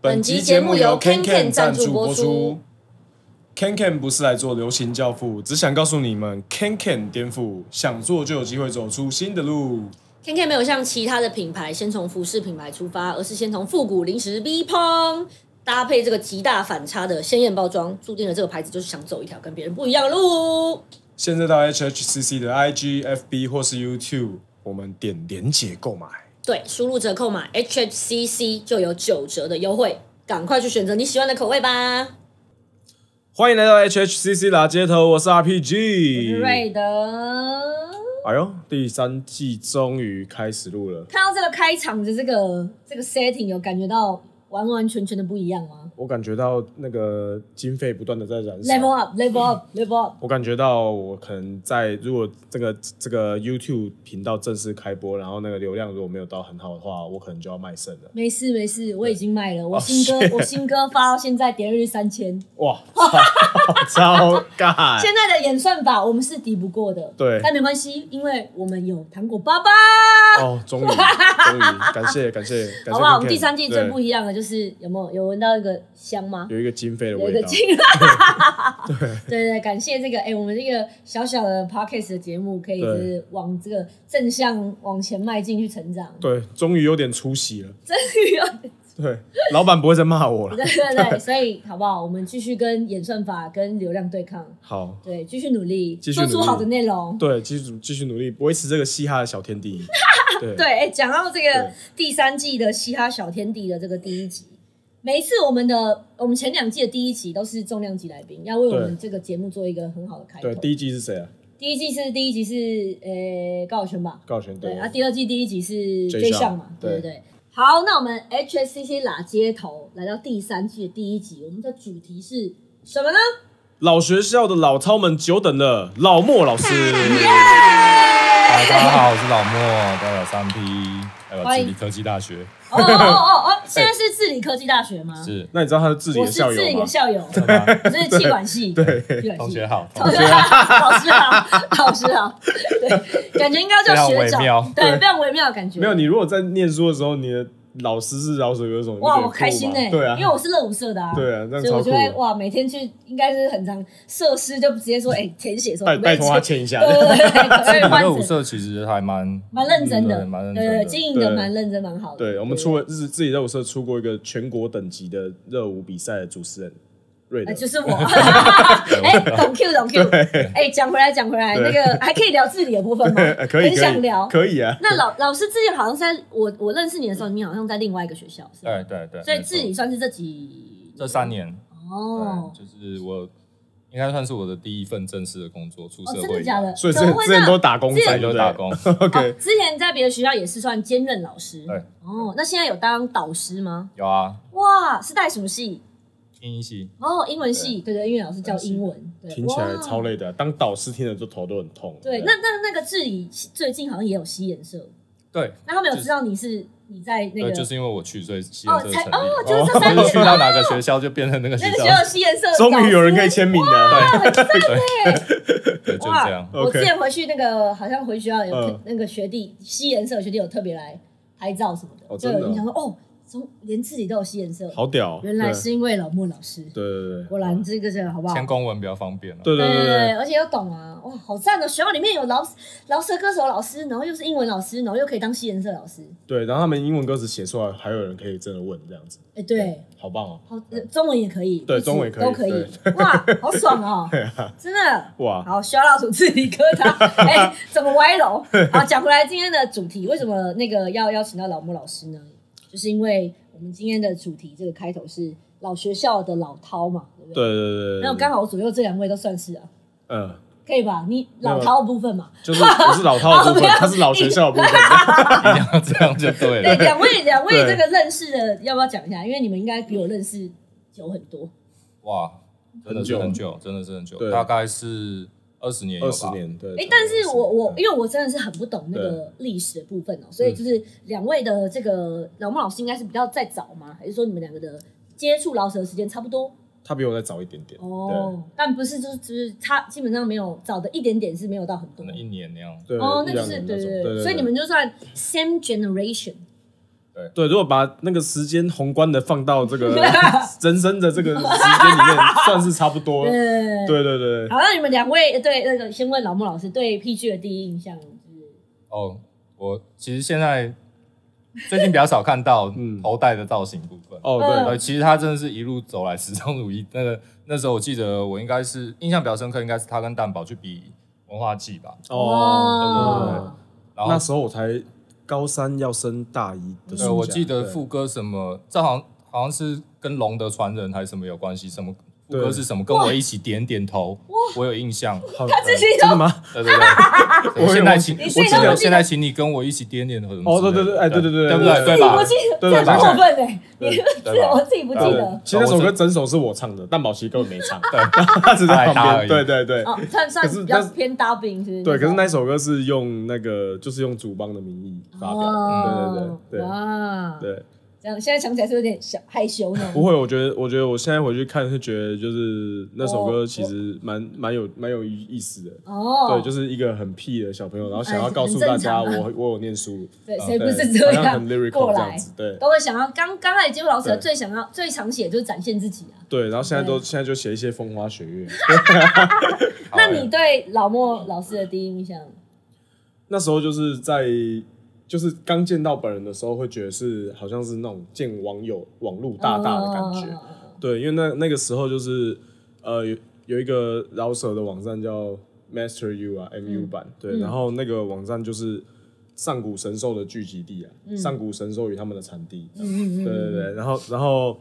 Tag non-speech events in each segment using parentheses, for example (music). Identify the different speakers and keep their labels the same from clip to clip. Speaker 1: 本集节目由 KenKen 赞助播出。
Speaker 2: KenKen 不是来做流行教父，只想告诉你们，KenKen 颠覆，想做就有机会走出新的路。
Speaker 1: K K 没有像其他的品牌先从服饰品牌出发，而是先从复古零食 V 烹搭配这个极大反差的鲜艳包装，注定了这个牌子就是想走一条跟别人不一样的路。
Speaker 2: 现在到 HHCC 的 IG、FB 或是 YouTube，我们点连结购买。
Speaker 1: 对，输入折扣码 H H C C 就有九折的优惠，赶快去选择你喜欢的口味吧。
Speaker 2: 欢迎来到 HHCC 啦街头，我是 RPG。
Speaker 1: 瑞德，
Speaker 2: 哎呦，第三季终于开始录了，
Speaker 1: 看到这个开场的这个这个 setting，有感觉到完完全全的不一样吗
Speaker 2: 我感觉到那个经费不断的在燃烧。
Speaker 1: ？Level up，level up，level up。
Speaker 2: 我感觉到我可能在如果这个这个 YouTube 频道正式开播，然后那个流量如果没有到很好的话，我可能就要卖肾了。
Speaker 1: 没事没事，我已经卖了。我
Speaker 2: 哦
Speaker 1: 新歌、
Speaker 2: 谢
Speaker 1: 我新歌发到现在点阅率三千，
Speaker 2: 哇， (laughs) 超超尬！
Speaker 1: 现在的演算法我们是敌不过的。
Speaker 2: 对
Speaker 1: 但没关系，因为我们有糖果爸爸，
Speaker 2: 哦，终于终于，感谢感谢感谢 Kinkan，
Speaker 1: 好不好？我们第三季最不
Speaker 2: 对
Speaker 1: 一样的就是有没有有闻到一个香吗？
Speaker 2: 有一个经费的
Speaker 1: 有一
Speaker 2: 味
Speaker 1: 个
Speaker 2: 道，
Speaker 1: 劲， (laughs) 对对对，感谢这个哎、我们这个小小的 podcast 的节目，可以就
Speaker 2: 对
Speaker 1: 是往这个正向往前迈进去成长。
Speaker 2: 对，终于有点出息了。
Speaker 1: 真的有
Speaker 2: 对，老板不会再骂我了。
Speaker 1: (laughs) 对对对，所以好不好？我们继续跟演算法跟流量对抗，
Speaker 2: 好，
Speaker 1: 对，继续努力，
Speaker 2: 继续
Speaker 1: 做出
Speaker 2: 努力
Speaker 1: 好的内容。
Speaker 2: 对，继续继续努力，维持这个嘻哈的小天
Speaker 1: (laughs)
Speaker 2: 地。对
Speaker 1: 对，哎，讲到这个
Speaker 2: 对
Speaker 1: 第三季的《嘻哈小天地》的这个第一集，每一次我们的我们前两季的第一集都是重量级来宾，要为我们这个节目做一个很好的开头。
Speaker 2: 对，第一季是谁啊？
Speaker 1: 第一季是第一集是呃高晓轩吧，
Speaker 2: 高晓轩
Speaker 1: 对
Speaker 2: 对
Speaker 1: 啊，第二季第一集是
Speaker 2: J
Speaker 1: J
Speaker 2: 项
Speaker 1: 项嘛，对
Speaker 2: 对
Speaker 1: 对对。好，那我们 HSCC 拉街头来到第三季的第一集，我们的主题是什么呢？
Speaker 2: 老学校的老饕们久等了，老莫
Speaker 1: (laughs)
Speaker 2: 老师。
Speaker 3: 大家好，我是老莫，代表三 P，代表
Speaker 1: 欢
Speaker 3: 智
Speaker 1: 迎
Speaker 3: 理科技大学，
Speaker 1: 哦哦哦哦，现在是治理科技大学吗？ (laughs)
Speaker 3: 是
Speaker 2: 那你知道他是自己
Speaker 1: 我
Speaker 2: 的
Speaker 1: 是
Speaker 2: 校
Speaker 1: 治
Speaker 2: 友
Speaker 1: 理
Speaker 2: 吗
Speaker 1: 的？校友，
Speaker 3: 对吧
Speaker 1: 我是气管系，对，气管系
Speaker 3: 同学好，同
Speaker 1: 同学好，老师好，老师好，对，感觉应该叫学
Speaker 3: 啊非常微
Speaker 1: 长
Speaker 3: 妙，
Speaker 1: 对，非常微妙的感觉。
Speaker 2: 没有，你如果在念书的时候，你的老师是饶舌歌手，你就觉
Speaker 1: 哇，
Speaker 2: 得
Speaker 1: 我
Speaker 2: 酷
Speaker 1: 开心
Speaker 2: 吧
Speaker 1: 呢，
Speaker 2: 对啊，
Speaker 1: 因为我是热舞社的啊，
Speaker 2: 对啊这样
Speaker 1: 所以我
Speaker 2: 超
Speaker 1: 就
Speaker 2: 酷
Speaker 1: 会
Speaker 2: 的
Speaker 1: 哇，每天去应该是很常社师就直接说，哎，填写
Speaker 2: (laughs)
Speaker 1: 说
Speaker 2: 拜拜托他
Speaker 1: 对
Speaker 2: 签一下。
Speaker 1: 对对
Speaker 3: (laughs)
Speaker 1: 对，可爱
Speaker 3: 你们
Speaker 1: 换
Speaker 3: 的舞
Speaker 1: 成
Speaker 3: 社其实还蛮
Speaker 1: 蛮认真的，
Speaker 3: 对蛮认
Speaker 1: 对
Speaker 3: 真
Speaker 1: 对
Speaker 3: 的
Speaker 1: 对经营的
Speaker 2: 对
Speaker 1: 蛮认真，蛮好的。
Speaker 2: 对，我们出了自自己热舞社出过一个全国等级的热舞比赛的主持人瑞 (laughs)
Speaker 1: 哎，
Speaker 2: 德，
Speaker 1: 就是我， (laughs)
Speaker 3: (laughs)
Speaker 1: 哎，懂 Q 懂 Q，哎，讲回来讲回来，那
Speaker 2: 对
Speaker 1: 个还可以聊自理的部分吗
Speaker 2: 呃？ (laughs) 可以
Speaker 1: 很
Speaker 2: 可
Speaker 1: 想
Speaker 2: 以
Speaker 1: 聊。
Speaker 2: 可以啊，
Speaker 1: 那老老师之前好像是在我我认识你的时候，你好像在另外一个学校，是吧
Speaker 3: 对对对，
Speaker 1: 所以
Speaker 3: 没错
Speaker 1: 自理算是这几
Speaker 3: 这三年，
Speaker 1: 哦
Speaker 3: 对，就是我应该算是我的第一份正式的工作，出
Speaker 1: 哦，
Speaker 3: 社
Speaker 1: 真的
Speaker 3: 会以
Speaker 1: 假
Speaker 3: 后
Speaker 1: 的？
Speaker 2: 所以之
Speaker 1: 怎么
Speaker 2: 前
Speaker 1: 会
Speaker 2: 之
Speaker 1: 这
Speaker 2: 前
Speaker 1: 样
Speaker 2: 都打工
Speaker 1: 之
Speaker 2: 仔，
Speaker 1: 前
Speaker 2: 对
Speaker 3: 都
Speaker 2: 不
Speaker 3: 打
Speaker 2: 对？
Speaker 3: 工，
Speaker 1: 哦之前在别的学校也是算兼任老师，
Speaker 3: 对，
Speaker 1: 哦，那现在有当导师吗？
Speaker 3: 有啊，
Speaker 1: 哇，是带什么系？
Speaker 3: 听一系，
Speaker 1: 哦，英文系，对对，因为老师教英文，对，
Speaker 2: 听起来
Speaker 1: 哇
Speaker 2: 超累的，啊当导师听了就头都很痛。
Speaker 1: 对，那那那个治理最近好像也有西研社，
Speaker 3: 对。
Speaker 1: 那他们有
Speaker 3: 就是
Speaker 1: 知道你是你在那个
Speaker 3: 对，就是因为我去，所以西
Speaker 1: 哦
Speaker 3: 安社
Speaker 1: 才
Speaker 3: 成立。
Speaker 1: 哦就是这
Speaker 3: 我
Speaker 1: 三
Speaker 3: 就是去
Speaker 1: 年
Speaker 3: 到哪个学校就变成那个学
Speaker 1: 那个
Speaker 3: 校
Speaker 1: 学，校西研社，
Speaker 2: 终于有人可以签名了，
Speaker 3: 对，就
Speaker 1: 哇
Speaker 3: 这样。
Speaker 1: 我
Speaker 2: OK
Speaker 1: 之前回去那个好像回学校有、
Speaker 2: 嗯
Speaker 1: 那个学弟西颜色的学弟有特别来拍照什么的，
Speaker 2: 哦
Speaker 1: 就
Speaker 2: 真的
Speaker 1: 有
Speaker 2: 哦
Speaker 1: 印象说哦，从连自己都有西颜色，
Speaker 2: 好屌哦！
Speaker 1: 原来是因为老莫老师，
Speaker 2: 对对对
Speaker 1: 果然这个是好不好？
Speaker 3: 签公文比较方便了。
Speaker 2: 对对对
Speaker 1: 对
Speaker 2: 对对，
Speaker 1: 而且又懂啊，哇，好赞哦！学校里面有饶饶舌歌手老师，然后又是英文老师，然后又可以当西颜色老师，
Speaker 2: 对，然后他们英文歌词写出来，还有人可以真的问这样子，
Speaker 1: 哎，对，
Speaker 2: 好棒哦！
Speaker 1: 好，呃中文也可以，
Speaker 2: 对
Speaker 1: 日子
Speaker 2: 中文也可以啊
Speaker 1: 都可以，哇，好
Speaker 2: (laughs)
Speaker 1: 爽哦，真的。
Speaker 2: 哇，
Speaker 1: 好，小老鼠自理疙
Speaker 2: (laughs)
Speaker 1: 瘩，哎、怎么歪楼？好，讲回来今天的主题，为什么那个要邀请到老莫老师呢？就是因为我们今天的主题这个开头是老学校的老饕嘛，对不对？
Speaker 2: 对对对对，
Speaker 1: 然后刚好我左右这两位都算是啊，
Speaker 2: 嗯，
Speaker 1: 可以吧？你老饕的部
Speaker 2: (laughs)
Speaker 1: 分嘛，
Speaker 2: 就是我是老套的
Speaker 1: (laughs)
Speaker 2: 部
Speaker 1: 哦不
Speaker 2: 分，
Speaker 1: 要
Speaker 2: 他是老学校的部分，
Speaker 3: 一样这样就对
Speaker 1: 对，
Speaker 3: 了。
Speaker 1: 两位两位这
Speaker 2: 对
Speaker 1: 个认识的，要不要讲一下？因为你们应该比我认识久很多，
Speaker 3: 哇，真的
Speaker 2: 很
Speaker 3: 是
Speaker 2: 久
Speaker 3: 很久，真的是很久，
Speaker 2: 对
Speaker 3: 大概是二十年有
Speaker 2: 二
Speaker 3: 吧，
Speaker 2: 十年对。
Speaker 1: 哎、但是我我
Speaker 2: 对
Speaker 1: 因为我真的是很不懂那个历史的部分哦、所以就是两位的这个老孟老师应该是比较在早吗？还是说你们两个的接触老舍的时间差不多
Speaker 2: 他比我再早一点点，
Speaker 1: 哦，但不是就是就是他基本上没有早的一点点是没有到很
Speaker 3: 可
Speaker 1: 多
Speaker 3: 嗯能一年那样。
Speaker 2: 对，对
Speaker 1: 哦，那
Speaker 2: 一
Speaker 1: 就
Speaker 2: 两
Speaker 1: 是
Speaker 2: 年
Speaker 1: 对
Speaker 2: 种
Speaker 1: 对
Speaker 2: 对对，
Speaker 1: 所以你们就算 same generation，
Speaker 2: 对，如果把那个时间宏观的放到这
Speaker 1: (laughs)
Speaker 2: 个人生的这个时间里面，算是差不多。
Speaker 1: 对
Speaker 2: 对对对，
Speaker 1: 好，那你们两位呃对那个先问老莫老师对 PG 的第一印象是
Speaker 3: 哦，我其实现在最近比较少看
Speaker 2: (laughs)
Speaker 3: 到
Speaker 2: 嗯
Speaker 3: 头戴的造型部分。
Speaker 2: 哦
Speaker 1: 嗯
Speaker 2: 对，
Speaker 3: 呃，其实他真的是一路走来始终如一。那个那时候我记得我应该是印象比较深刻，应该是他跟蛋宝去比文化季吧。
Speaker 2: 哦，
Speaker 3: 然后
Speaker 2: 那时候我才高三要升大一的暑
Speaker 3: 对，
Speaker 2: 假，
Speaker 3: 我记得
Speaker 2: 对
Speaker 3: 副歌什么，这好像好像是跟龙的传人还是什么有关系，什么副歌
Speaker 2: 对
Speaker 3: 是什么，跟我一起点点头，我有印象。
Speaker 2: 好
Speaker 1: 他自己
Speaker 2: 呃真的吗？
Speaker 3: (laughs) 对
Speaker 2: (laughs)
Speaker 3: 对对
Speaker 2: 我
Speaker 3: 对，
Speaker 2: 也
Speaker 3: 现在
Speaker 2: 忘
Speaker 3: 请
Speaker 1: 你
Speaker 3: 我
Speaker 1: 现
Speaker 3: 记
Speaker 1: 在忘
Speaker 3: 得
Speaker 1: 记
Speaker 3: 现在请你跟我一起点点头什么
Speaker 2: 哦
Speaker 3: 之
Speaker 2: 对
Speaker 3: 类的。
Speaker 2: 对对哎对对对
Speaker 3: 对不
Speaker 2: 对
Speaker 3: 对
Speaker 1: 自
Speaker 3: 对
Speaker 1: 己
Speaker 3: 吧
Speaker 1: 不？记
Speaker 2: 对
Speaker 1: 得，这
Speaker 2: 对对
Speaker 1: 很过分哎，
Speaker 2: 对
Speaker 1: 你们
Speaker 3: 对
Speaker 1: 自己
Speaker 3: 吧
Speaker 1: (laughs) 我自己不记
Speaker 2: 对
Speaker 1: 得。
Speaker 2: 其实那首歌整首是我唱的，但宝琪根本没唱，
Speaker 3: 对，
Speaker 2: (laughs) 他只在
Speaker 3: 他
Speaker 2: 旁边。
Speaker 3: 而已
Speaker 2: 对对对，
Speaker 1: 哦，算算
Speaker 2: 可是
Speaker 1: 比较
Speaker 2: 但是
Speaker 1: 偏 dubbing 是不是？
Speaker 2: 对，可是那首歌是用那个，就是用主帮的名义发表的，对对
Speaker 1: 哦
Speaker 2: 对对
Speaker 1: 哇，
Speaker 2: 对，
Speaker 1: 这样现在想起来是不是有点小害羞呢。
Speaker 2: 不会，我觉得，我觉得我现在回去看是觉得，就是那首歌其实蛮蛮有蛮有意思的，
Speaker 1: 哦，
Speaker 2: 对，就是一个很屁的小朋友，然后想要告诉
Speaker 1: 哎
Speaker 2: 大
Speaker 1: 很正
Speaker 2: 家
Speaker 1: 常啊
Speaker 2: 我我有念
Speaker 1: (laughs)
Speaker 2: 书，
Speaker 1: 对，
Speaker 3: 啊
Speaker 1: 谁不
Speaker 2: 对
Speaker 1: 是这
Speaker 2: 好像很
Speaker 1: 样
Speaker 2: lyrical
Speaker 1: 过
Speaker 2: 这
Speaker 1: 来
Speaker 2: 样子，？对
Speaker 1: 都会想要刚刚开始接触老师，
Speaker 2: 对
Speaker 1: 最想要最常写就是展现自己啊。
Speaker 2: 对，然后现在都现在就写一些风花雪月，
Speaker 3: 好
Speaker 1: 那你对老莫老师的第一印象？
Speaker 2: 那时候就是在就是刚见到本人的时候，会觉得是好像是那种见网友网络大大的感觉，
Speaker 1: 嗯嗯嗯嗯
Speaker 2: 对，因为那那个时候就是呃有有一个饶舌的网站叫 Master U 啊 MU
Speaker 1: 嗯
Speaker 2: 版，对，然后那个网站就是上古神兽的聚集地啊，上古神兽与他们的产地，
Speaker 1: 嗯嗯嗯嗯
Speaker 2: 对对对，然后然后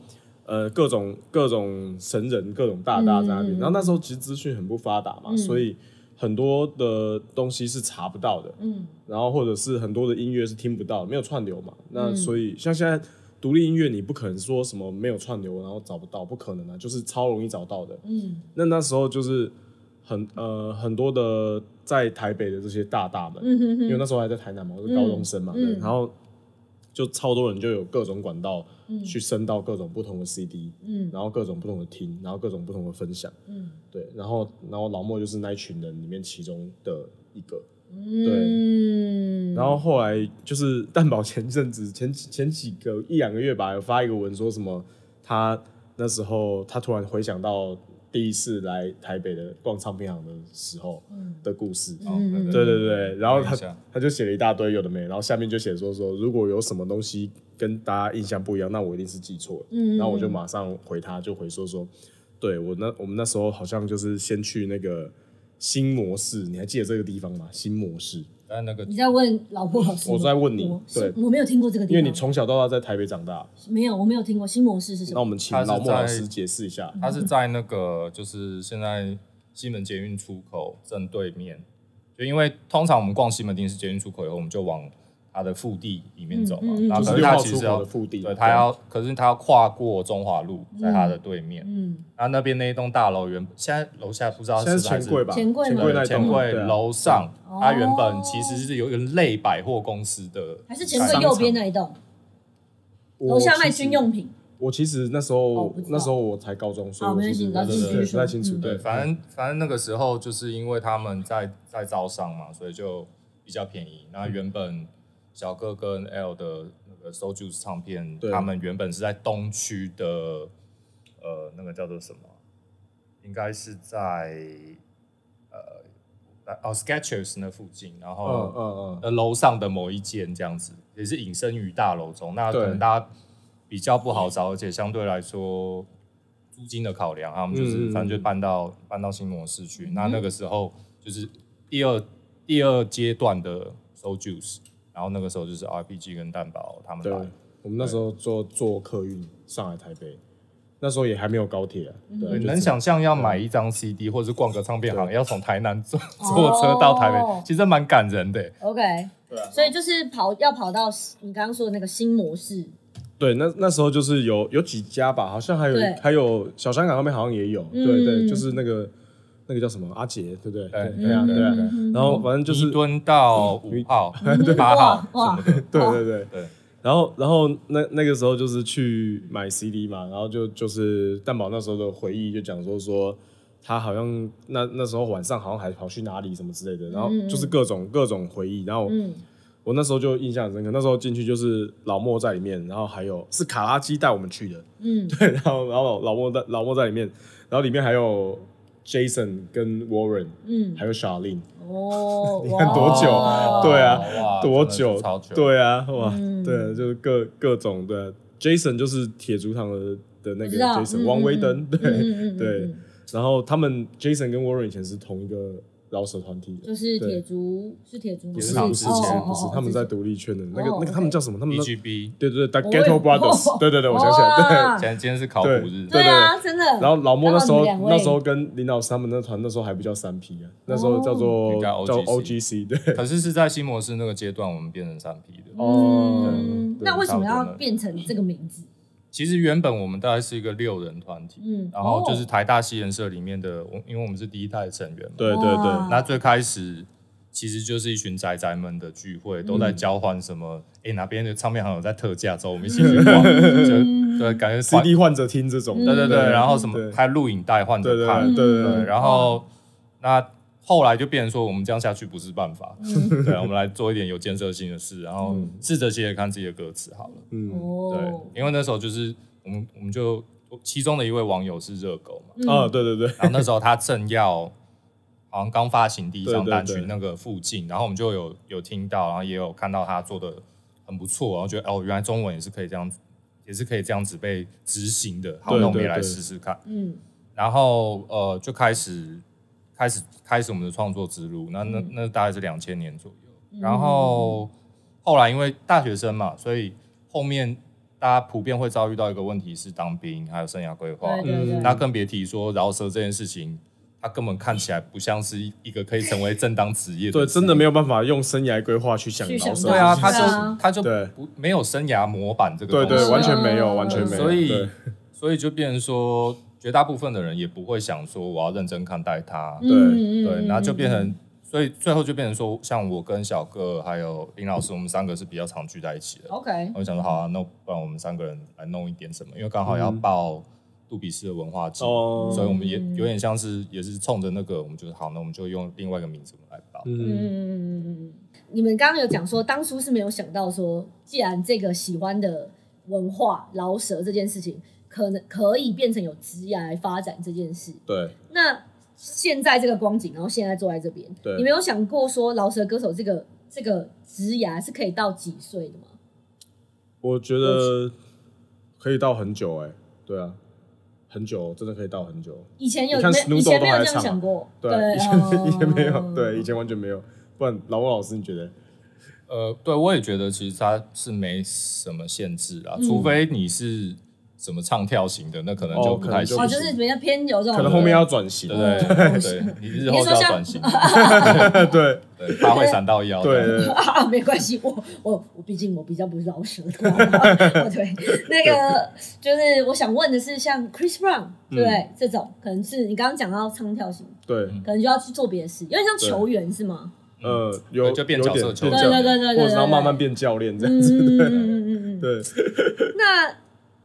Speaker 2: 呃各种各种神人各种
Speaker 1: 嗯
Speaker 2: 大大在那边，然后那时候其实资讯很不发达嘛，所以很多的东西是查不到的，
Speaker 1: 嗯，
Speaker 2: 然后或者是很多的音乐是听不到的，没有串流嘛。
Speaker 1: 嗯
Speaker 2: 那所以像现在独立音乐，你不可能说什么没有串流，然后找不到，不可能啊，就是超容易找到的。
Speaker 1: 嗯，
Speaker 2: 那那时候就是很呃很多的在台北的这些大大们，
Speaker 1: 嗯哼哼
Speaker 2: 因为那时候还在台南嘛，我是高中生嘛，
Speaker 1: 嗯
Speaker 2: 对
Speaker 1: 嗯
Speaker 2: 然后就超多人就有各种管道去升到各种不同的 CD，
Speaker 1: 嗯
Speaker 2: 然后各种不同的听，然后各种不同的分享，
Speaker 1: 嗯
Speaker 2: 对，然后然后老莫就是那一群人里面其中的一个，
Speaker 1: 嗯，
Speaker 2: 然后后来就是蛋宝前阵子前几前几个一两个月吧，有发一个文说什么他那时候他突然回想到第一次来台北的逛唱片行的时候
Speaker 1: 嗯
Speaker 2: 的故事。
Speaker 3: 哦
Speaker 2: 对
Speaker 3: 对
Speaker 2: 对对，然后
Speaker 3: 看
Speaker 2: 他
Speaker 3: 一下
Speaker 2: 他就写了一大堆有的没，然后下面就写说说如果有什么东西跟大家印象不一样，那我一定是记错了。
Speaker 1: 嗯
Speaker 2: 然后我就马上回他，就回说说，对我那我们那时候好像就是先去那个新模式，你还记得这个地方吗？新模式，
Speaker 3: 但那个
Speaker 1: 你在问老莫老师吗，
Speaker 2: 我在问你
Speaker 1: 我
Speaker 2: 对
Speaker 1: 我没有听过这个地
Speaker 2: 因
Speaker 1: 方，
Speaker 2: 为你从小到大在台北长大，
Speaker 1: 没有，我没有听过新模式是什
Speaker 2: 那
Speaker 1: 么
Speaker 2: 我？们请
Speaker 3: 他是
Speaker 2: 老莫
Speaker 3: 在嗯
Speaker 2: 老师解释一下。
Speaker 3: 它是在那个就是现在西门捷运出口正对面，就因为通常我们逛西门町是捷运出口以后，我们就往它的腹地里面走嘛
Speaker 1: 嗯嗯嗯。
Speaker 3: 然后
Speaker 2: 就是
Speaker 3: 可
Speaker 2: 六
Speaker 3: 它
Speaker 2: 号
Speaker 3: 其
Speaker 2: 出
Speaker 3: 实
Speaker 2: 口
Speaker 3: 要
Speaker 2: 的腹地，
Speaker 3: 对它要，可是它要跨过中华路，在它的对面。
Speaker 1: 嗯，
Speaker 3: 然后那边那一栋大楼原现在楼下不知道
Speaker 2: 现在
Speaker 3: 是
Speaker 2: 是
Speaker 3: 还
Speaker 2: 钱
Speaker 3: 是
Speaker 2: 柜吧？
Speaker 1: 钱柜
Speaker 2: 钱
Speaker 1: 吗
Speaker 2: 柜那
Speaker 3: 对
Speaker 2: 一
Speaker 3: 钱
Speaker 2: 栋
Speaker 3: 柜
Speaker 2: 对啊
Speaker 3: 楼上，它原
Speaker 1: 哦
Speaker 3: 本其实是有一个类百货公司的
Speaker 1: 还是钱柜右边那一栋，
Speaker 2: 我
Speaker 1: 楼下卖
Speaker 2: 其实
Speaker 1: 军用品。
Speaker 2: 我其实那时
Speaker 1: 哦
Speaker 2: 候
Speaker 1: 不知道
Speaker 2: 那时候我才高中，所以
Speaker 1: 哦
Speaker 2: 我
Speaker 1: 没关
Speaker 2: 其
Speaker 1: 系
Speaker 2: 实
Speaker 1: 你老
Speaker 2: 对
Speaker 1: 师
Speaker 2: 对
Speaker 1: 继
Speaker 2: 对
Speaker 1: 续
Speaker 2: 不太
Speaker 1: 说
Speaker 2: 清楚。
Speaker 1: 嗯
Speaker 2: 对，
Speaker 3: 反正反正那个时候就是因为他们在在招商嘛，所以就比较便宜。那原本小哥跟 L 的那个 So Juice 唱片，
Speaker 2: 对
Speaker 3: 他们原本是在东区的，呃，那个叫做什么？应该是在呃哦 Sketchers 那附近，然
Speaker 2: 嗯
Speaker 3: 后、
Speaker 2: 嗯嗯，
Speaker 3: 呃楼上的某一间这样子，也是隐身于大楼中。那可
Speaker 2: 对
Speaker 3: 能大家比较不好找，而且相对来说租金的考量，他们就是、
Speaker 2: 嗯
Speaker 3: 反正就搬到搬到新模市去。那那个时候就是第二第二阶段的 So Juice，然后那个时候就是 RPG 跟蛋堡他们
Speaker 2: 对
Speaker 3: 来。，
Speaker 2: 我们那时候坐坐客运上来台北，那时候也还没有高铁啊，对，
Speaker 1: 嗯
Speaker 3: 对，
Speaker 2: 就
Speaker 3: 能
Speaker 2: 是
Speaker 3: 想象要买一张 CD 或者是逛个唱片行，要从台南坐
Speaker 1: 哦
Speaker 3: 坐车到台北，
Speaker 2: 哦
Speaker 3: 其实蛮感人的。
Speaker 1: OK，
Speaker 2: 对啊
Speaker 1: 所以就是跑要跑到你刚刚说的那个新模式，
Speaker 2: 对，那那时候就是有有几家吧，好像还有
Speaker 1: 对
Speaker 2: 还有小香港那边好像也有，
Speaker 1: 嗯
Speaker 2: 对对，就是那个那个叫什么阿杰，对不对？
Speaker 3: 对
Speaker 2: 对啊
Speaker 3: 嗯
Speaker 2: 对啊
Speaker 3: 嗯，
Speaker 2: 然后反正就是嗯 (laughs)
Speaker 3: 一吨到五号、八
Speaker 1: 哇
Speaker 3: 号，
Speaker 1: 哇，
Speaker 2: 哦对对对。
Speaker 3: 对，
Speaker 2: 然后，然后那那个时候就是去买 CD 嘛，然后就就是蛋宝那时候的回忆就讲说说他好像那那时候晚上好像还跑去哪里什么之类的，然后就是各种各种回忆，然后
Speaker 1: 嗯，
Speaker 2: 我那时候就印象很深刻，那时候进去就是老莫在里面，然后还有是卡拉基带我们去的，
Speaker 1: 嗯，
Speaker 2: 对，然后然后老莫在老莫在里面，然后里面还有 Jason 跟 Warren，
Speaker 3: 啊
Speaker 1: 嗯，
Speaker 2: 还有 Charlene， (laughs)
Speaker 1: 哦，你
Speaker 2: 看多久对啊
Speaker 3: 哦哇，
Speaker 2: 多
Speaker 3: 真的
Speaker 2: 久
Speaker 3: 是超久，，
Speaker 2: 对啊，哇，
Speaker 1: 嗯
Speaker 2: 对，就是各各种的。Jason 就是铁竹堂的的那个
Speaker 1: 我知道
Speaker 2: Jason，、
Speaker 1: 嗯
Speaker 2: 王
Speaker 1: 嗯
Speaker 2: 威
Speaker 1: 嗯
Speaker 2: 登，对、
Speaker 1: 嗯嗯嗯嗯
Speaker 2: 对、
Speaker 1: 嗯
Speaker 2: 然后他们 Jason 跟 Warren 以前是同一个饶舌团体的，
Speaker 1: 就是
Speaker 2: 对
Speaker 1: 铁竹，是铁竹吗，
Speaker 2: 不
Speaker 3: 不
Speaker 2: 是
Speaker 3: 他
Speaker 2: 不
Speaker 3: 们
Speaker 2: 是
Speaker 3: 之
Speaker 1: 哦
Speaker 3: 前
Speaker 1: 哦
Speaker 2: 不是
Speaker 1: 哦哦
Speaker 2: 他们
Speaker 1: 之
Speaker 2: 在
Speaker 1: 前
Speaker 2: 独立圈的那个、
Speaker 1: 哦
Speaker 2: 那个他们
Speaker 1: OK
Speaker 2: 叫什么？他们
Speaker 3: E
Speaker 2: 那
Speaker 3: EGB，
Speaker 2: 对对对但
Speaker 1: 我
Speaker 2: ，Ghetto
Speaker 1: 也
Speaker 2: Brothers，、
Speaker 1: 哦
Speaker 2: 对对对，我想起来，对。
Speaker 1: 哇
Speaker 3: 今天今天是考古
Speaker 2: 对
Speaker 3: 日，
Speaker 1: 对啊，真的。
Speaker 2: 然后老莫那时候
Speaker 1: 刚好你们两位哦
Speaker 2: 那时候跟林老师他们那团那时候还不叫三 P 啊，那时候叫做、
Speaker 3: 应该
Speaker 2: 叫
Speaker 3: OGC
Speaker 2: OGC 对。
Speaker 3: 可是是在新模式那个阶段，我们变成三 P 的。
Speaker 2: 哦
Speaker 1: 嗯，
Speaker 2: 对
Speaker 1: 那为什么
Speaker 3: 差不
Speaker 1: 要
Speaker 3: 多了
Speaker 1: 变成这个名字？
Speaker 3: 其实原本我们大概是一个六人团体，
Speaker 1: 嗯
Speaker 3: 然
Speaker 2: 哦
Speaker 3: 后就是台大西人社里面的，我因为我们是第一代成员嘛，
Speaker 2: 对对对，
Speaker 1: 哇
Speaker 3: 那最开始其实就是一群宅宅们的聚会，都在交换什
Speaker 2: 嗯
Speaker 3: 么，哎、哪边的唱片行有在特价，之后我
Speaker 2: (laughs)
Speaker 3: 们一起去逛，就
Speaker 1: 嗯
Speaker 3: 对，感觉环
Speaker 2: CD 患者听这种的，
Speaker 3: 对对对，然后什
Speaker 2: 对
Speaker 3: 么拍录影带换
Speaker 2: 对
Speaker 3: 着
Speaker 2: 对对
Speaker 3: 看，
Speaker 2: 对对
Speaker 3: 对，然
Speaker 2: 哦
Speaker 3: 后那后来就变成说，我们这样下去不是办法，
Speaker 2: 嗯
Speaker 3: (laughs) 对，我们来做一点有建设性的事，然后试着写写看自己的歌词好了，
Speaker 2: 嗯
Speaker 1: 哦，
Speaker 3: 对，因为那时候就是我们我们就其中的一位网友是热狗
Speaker 1: 嗯
Speaker 3: 嘛，
Speaker 2: 啊，对对对，
Speaker 3: 然后那时候他正要好像刚发行第一张单
Speaker 2: 对对对
Speaker 3: 曲那个附近，然后我们就有有听到，然后也有看到他做的很不错，然后觉得哦，原来中文也是可以这样，也是可以这样子被执行的。好，
Speaker 2: 对
Speaker 3: 那我们
Speaker 2: 对
Speaker 3: 也来
Speaker 2: 对
Speaker 3: 试试看。
Speaker 1: 嗯
Speaker 3: 然后呃，就开始开始开始我们的创作之路。那那那大概是两千年左右。然后后来因为大学生嘛，所以后面大家普遍会遭遇到一个问题是当兵，还有生涯规划。
Speaker 1: 对对对，
Speaker 2: 嗯
Speaker 3: 那更别提说饶舌这件事情，它根本看起来不像是一个可以成为正当职业
Speaker 2: 对，真的没
Speaker 3: 有。
Speaker 2: 有办法用生涯规划去想
Speaker 1: 去想
Speaker 2: 老师
Speaker 1: 到
Speaker 3: 对啊，它
Speaker 1: 是啊
Speaker 3: 就它就
Speaker 2: 对
Speaker 3: 不没有生涯模板这
Speaker 2: 对
Speaker 3: 个东西
Speaker 2: 对，
Speaker 3: 啊，
Speaker 2: 完全没有，完全没有，
Speaker 3: 所以
Speaker 2: 对
Speaker 3: 所以就变成说，绝大部分的人也不会想说我要认真看待它，
Speaker 2: 对
Speaker 1: 嗯
Speaker 3: 对，然后就变成，所以最后就变成说，像我跟小个还有林老师，我们三个是比较常聚在一起的。
Speaker 1: OK，
Speaker 3: 我想说，好啊，那不然我们三个人来弄一点什么，因为刚好要报杜比斯的文化季，
Speaker 2: 哦
Speaker 3: 所以我们也
Speaker 1: 嗯
Speaker 3: 有点像是也是冲着那个，我们就是好，那我们就用另外一个名字我们来报。
Speaker 1: 嗯
Speaker 2: 嗯，
Speaker 1: 嗯嗯，你们刚刚有讲说，当初是没有想到说，既然这个喜欢的文化饶舌这件事情，可能可以变成有职业来发展这件事，
Speaker 2: 对
Speaker 1: 那现在这个光景，然后现在坐在这边，
Speaker 2: 对
Speaker 1: 你没有想过说饶舌歌手这个这个职涯是可以到几岁的吗？
Speaker 2: 我觉得可以到很久哎，对啊，很久，真的可以到很久，
Speaker 1: 以前有
Speaker 2: 你看
Speaker 1: 没
Speaker 2: Snoop
Speaker 1: 以前没
Speaker 2: Dogg
Speaker 1: 有
Speaker 2: 还在
Speaker 1: 这样
Speaker 2: 唱
Speaker 1: 想过？
Speaker 2: 对，啊
Speaker 1: 对，
Speaker 2: 以前 (laughs) 以前没
Speaker 1: 哦
Speaker 2: 有，对，以前完全没有，不然老莫老师你觉得？
Speaker 3: 呃，对，我也觉得其实它是没什么限制啦，
Speaker 1: 嗯
Speaker 3: 除非你是什么唱跳型的，那可能就
Speaker 2: 哦
Speaker 3: 不
Speaker 2: 可
Speaker 3: 太
Speaker 2: 能就哦
Speaker 3: 行。
Speaker 1: 哦，就是比较偏有这种，
Speaker 2: 可能后面要转型
Speaker 3: 对，对对对，
Speaker 2: (laughs)
Speaker 3: 对你日后
Speaker 1: 你
Speaker 3: 就
Speaker 1: 说
Speaker 3: 要
Speaker 1: 像
Speaker 3: 转型，
Speaker 2: 对
Speaker 3: 对，他会闪到腰。
Speaker 2: 哎对，对，
Speaker 1: 啊， (laughs) 没关系，我我我毕竟我比较不是饶舌的，哦 (laughs) 对，那个就是我想问的是，像 Chris Brown 对不对、
Speaker 2: 嗯
Speaker 1: 这种，可能是你刚刚讲到唱跳型，
Speaker 2: 对，
Speaker 3: 嗯
Speaker 1: 可能就要去做别的事，有点像球员是
Speaker 2: (laughs)
Speaker 1: 吗？
Speaker 2: 呃，有
Speaker 3: 就变
Speaker 2: 有
Speaker 3: 角色
Speaker 2: 点
Speaker 3: 球
Speaker 2: 变
Speaker 1: 对对
Speaker 3: 员
Speaker 1: 对对对
Speaker 2: 或者
Speaker 1: 对，
Speaker 2: 是要
Speaker 1: 对
Speaker 2: 慢慢变教练这样
Speaker 1: 嗯
Speaker 2: 子，
Speaker 1: 嗯嗯嗯嗯嗯。
Speaker 2: 对，
Speaker 1: 那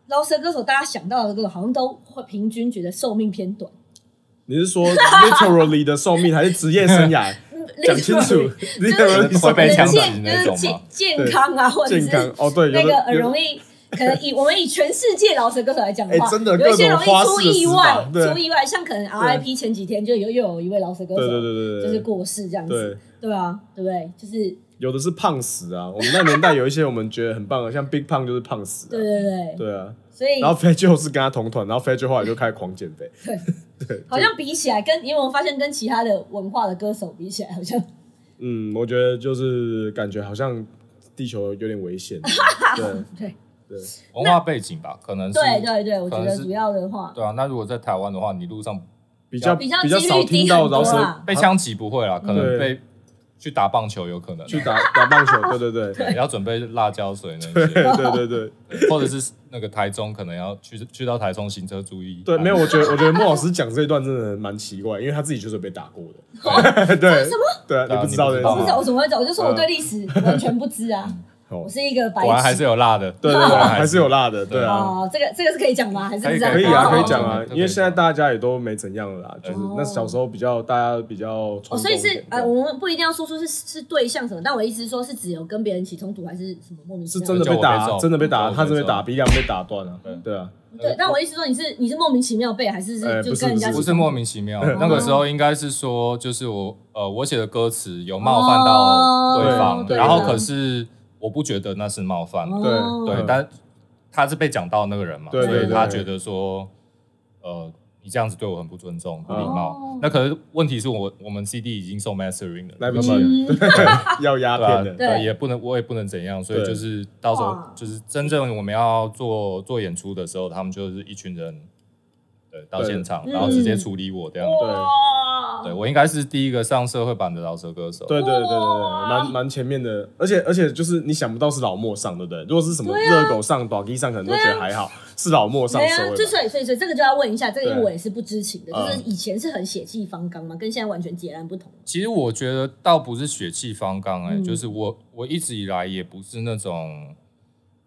Speaker 1: 饶舌歌手大家想到的歌手，好像都会平均觉得寿命偏短。
Speaker 2: 你是说 literally 的寿命还是职业生
Speaker 1: (laughs)
Speaker 2: 涯？讲清楚，literally
Speaker 3: 会被
Speaker 1: 人
Speaker 3: 呛
Speaker 2: 生
Speaker 3: 死
Speaker 1: 健
Speaker 3: 那种
Speaker 1: 就
Speaker 3: 吗
Speaker 1: 是健健康啊，或
Speaker 2: 涯
Speaker 1: 者
Speaker 2: (laughs) 健
Speaker 1: 是
Speaker 2: 康哦，对，有的
Speaker 1: 那个很容
Speaker 2: 有
Speaker 1: 易。
Speaker 2: (laughs)
Speaker 1: 可能以我们以全世界饶舌歌手来讲的话，
Speaker 2: 哎真的
Speaker 1: 有一些
Speaker 2: 各
Speaker 1: 容
Speaker 2: 种
Speaker 1: 易
Speaker 2: 花
Speaker 1: 出
Speaker 2: 式的
Speaker 1: 意
Speaker 2: 死
Speaker 1: 外
Speaker 2: 法，对
Speaker 1: 出意外，像可能 RIP 前几天就有又有一位饶舌歌
Speaker 2: 对对
Speaker 1: 手
Speaker 2: 对对
Speaker 1: 就
Speaker 2: 对，
Speaker 1: 是过世这样子
Speaker 2: 对，
Speaker 1: 对啊，对不对？就是
Speaker 2: 有的是胖死啊，我们那年代有一些我们觉得很棒的，像 Big 胖就是胖死、啊，
Speaker 1: 对对对，
Speaker 2: 对啊，
Speaker 1: 所以
Speaker 2: 然后 Fat Joe 是跟他同团，然后 Fat Joe 后来就开始狂减肥，
Speaker 1: 好像比起来跟，因为我发现跟其他的文化的歌手比起来，好像
Speaker 2: 嗯，我觉得就是感觉好像地球有点危
Speaker 1: (laughs)
Speaker 2: 险， (laughs) 对
Speaker 1: 对
Speaker 2: 对，
Speaker 3: 文化背景吧，可能
Speaker 1: (laughs)
Speaker 3: 是
Speaker 1: 对对对，我
Speaker 3: 可
Speaker 1: 觉
Speaker 3: 能
Speaker 1: 得
Speaker 3: 是
Speaker 1: 主要的话，
Speaker 3: 对啊。那如果在台湾的话，你路上
Speaker 2: 比较
Speaker 1: 比较
Speaker 2: 比较
Speaker 1: 几率
Speaker 2: 少听到
Speaker 1: 低很多啊
Speaker 2: 饶舌
Speaker 1: 啦
Speaker 3: 被枪击不会啦，可能
Speaker 2: 对
Speaker 3: 被去打棒球有可能啊，
Speaker 2: 去
Speaker 1: (laughs)
Speaker 2: 打打棒球，对对对，
Speaker 3: 对要准备辣椒水那些。
Speaker 2: 对对对
Speaker 3: 或者是那个台中可能要去去到台中行车注意。啊
Speaker 2: 对，没有，我觉得我觉得莫老师讲这一段真的蛮奇怪，因为他自己就是被打过的，
Speaker 1: 哦
Speaker 2: (laughs) 对对，你不知道
Speaker 3: 对
Speaker 2: 的
Speaker 3: 啊，
Speaker 1: 不知道我怎么会走，我就说我对历史完全不知啊。
Speaker 2: 嗯 (laughs) 哦
Speaker 1: 我，是一个白
Speaker 3: 果然还
Speaker 1: 痴
Speaker 3: 是。有辣的，
Speaker 2: 对对对，还是有辣的，对啊，
Speaker 1: 哦，这个这个是可以讲吗？还是不
Speaker 3: 可
Speaker 2: 可以
Speaker 1: 哦
Speaker 2: 啊，可以
Speaker 3: 哦
Speaker 2: 讲啊
Speaker 3: 都，可以
Speaker 2: 因为现在大家也都没怎样了啦，就是
Speaker 1: 哦
Speaker 2: 那小时候比较大家比较
Speaker 1: 哦，
Speaker 2: 冲
Speaker 1: 所
Speaker 2: 动
Speaker 1: 以
Speaker 2: 一
Speaker 1: 是
Speaker 2: 点，
Speaker 1: 呃，我们不一定要说出是是对象什么，但我一直说是只有跟别人起冲突还是什么莫名其
Speaker 2: 是
Speaker 1: 妙
Speaker 2: 真的被
Speaker 3: 就我被
Speaker 2: 打，
Speaker 3: 揍
Speaker 2: 真的被打，
Speaker 3: 就我被揍
Speaker 2: 他真的被打，鼻梁被打断了
Speaker 3: 对，
Speaker 2: 对啊，
Speaker 1: 对，但我意思说你是你是莫名其妙被还是是
Speaker 2: 呃
Speaker 1: 就
Speaker 2: 不是
Speaker 1: 跟人家
Speaker 2: 不
Speaker 3: 不是莫名其妙。
Speaker 2: 嗯
Speaker 3: 那个时候应该是说，就是我呃，我写的歌词有冒犯到对
Speaker 2: 哦
Speaker 3: 方，
Speaker 2: 对
Speaker 3: 然后
Speaker 2: 对
Speaker 3: 可是我不觉得那是冒犯，
Speaker 1: 哦
Speaker 2: 对
Speaker 3: 对
Speaker 2: 嗯，
Speaker 3: 但他是被讲到那个人嘛，
Speaker 2: 对
Speaker 3: 所以
Speaker 1: 对
Speaker 3: 他
Speaker 2: 对
Speaker 3: 觉得说，呃，你这样子对我很不尊重、不礼
Speaker 1: 哦
Speaker 3: 貌。那可是问题是我我们 CD 已经受 mastering 了，
Speaker 2: 来不
Speaker 3: 那
Speaker 2: 及
Speaker 3: 么
Speaker 2: 了，
Speaker 1: 嗯
Speaker 2: 要鸦
Speaker 3: 对啊吧
Speaker 2: 片？的，啊
Speaker 1: 对
Speaker 3: 对，也不能，我也不能怎样，所以
Speaker 2: 对
Speaker 3: 就是到时候
Speaker 1: 哇
Speaker 3: 就是真正我们要做做演出的时候，他们就是一群人，对，到
Speaker 2: 对
Speaker 3: 现场，
Speaker 1: 嗯
Speaker 3: 然后直接处理我这样子。
Speaker 1: 哇
Speaker 3: 对我应该是第一个上社会版的饶舌歌手，
Speaker 2: 对对对对对，
Speaker 1: 哇
Speaker 2: 蛮蛮前面的，而且而且就是你想不到是老莫上，对不对？如果是什么热狗上、短鸡上，可能都觉得还好，是老莫上
Speaker 1: 啊对
Speaker 2: 手
Speaker 1: 啊，
Speaker 2: 尾
Speaker 1: 就
Speaker 2: 吧。
Speaker 1: 所以所以所以这个就要问一下，这个因为
Speaker 2: 对
Speaker 1: 我也是不知情的，
Speaker 2: 嗯
Speaker 3: 啊
Speaker 1: 就是以前是很血气方刚嘛，跟现在完全截然不同。
Speaker 3: 其实我觉得倒不是血气方刚、哎、
Speaker 1: 嗯
Speaker 3: 就是我我一直以来也不是那种，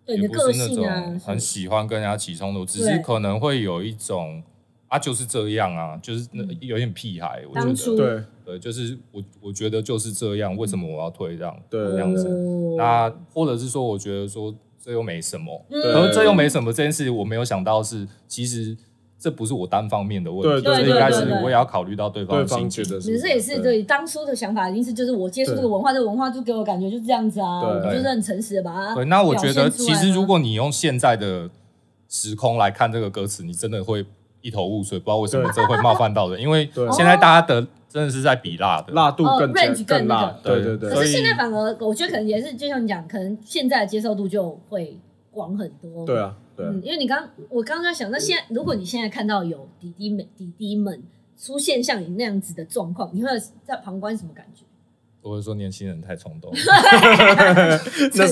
Speaker 1: 对你
Speaker 3: 也
Speaker 1: 的
Speaker 3: 不
Speaker 1: 个
Speaker 3: 是那
Speaker 1: 性啊
Speaker 3: 种，很
Speaker 1: 是
Speaker 3: 喜欢跟人家起冲突，只
Speaker 1: 对
Speaker 3: 是可能会有一种啊就是这样啊，就是那
Speaker 1: 嗯
Speaker 3: 有点屁孩，我
Speaker 1: 当
Speaker 3: 觉
Speaker 1: 初嗯
Speaker 3: 得
Speaker 2: 对
Speaker 3: 对，就是我我觉得就是这样，为什么我要退让？
Speaker 2: 对
Speaker 3: 这样子
Speaker 1: 哦
Speaker 3: 那或者是说，我觉得说这又没什么，
Speaker 1: 嗯
Speaker 3: 可是这又没什么这件事，我没有想到是其实这不是我单方面的问题，
Speaker 2: 对对
Speaker 3: 这应该
Speaker 2: 对
Speaker 3: 是
Speaker 2: 对对
Speaker 3: 我也要考虑到对方
Speaker 2: 对
Speaker 3: 的
Speaker 2: 方
Speaker 3: 心
Speaker 2: 觉
Speaker 3: 情。
Speaker 2: 得是，
Speaker 1: 你这也是对当初的想法，一定是就是我接触这个文化，这个文化就给我感觉就是这样子啊，
Speaker 2: 对
Speaker 1: 我就是很诚实的把它。
Speaker 3: 对，那我觉
Speaker 1: 表现
Speaker 3: 得
Speaker 1: 出来
Speaker 3: 其
Speaker 1: 啊
Speaker 3: 实如果你用现在的时空来看这个歌词，你真的会一头雾水，不知道为什么这会冒犯
Speaker 1: (laughs)
Speaker 3: 到人，因为
Speaker 2: 对
Speaker 3: 现在大家的真的是在比辣的，
Speaker 2: 辣度更
Speaker 1: 哦，range 更
Speaker 2: 更
Speaker 1: 那
Speaker 2: 辣
Speaker 1: 个，
Speaker 2: 对对对
Speaker 1: 可
Speaker 3: 所
Speaker 1: 是
Speaker 3: 以
Speaker 1: 现在反而我觉得可能也是，就像你讲，可能现在的接受度就会广很多。
Speaker 2: 对啊对啊
Speaker 1: 嗯，因为你刚我刚刚在想，那现在
Speaker 3: 嗯
Speaker 1: 如果你现在看到有弟弟们弟弟们出现像你那样子的状况，你会有在旁观什么感觉？
Speaker 3: 我会说年轻人太
Speaker 1: (laughs)
Speaker 3: 冲动。
Speaker 2: 那时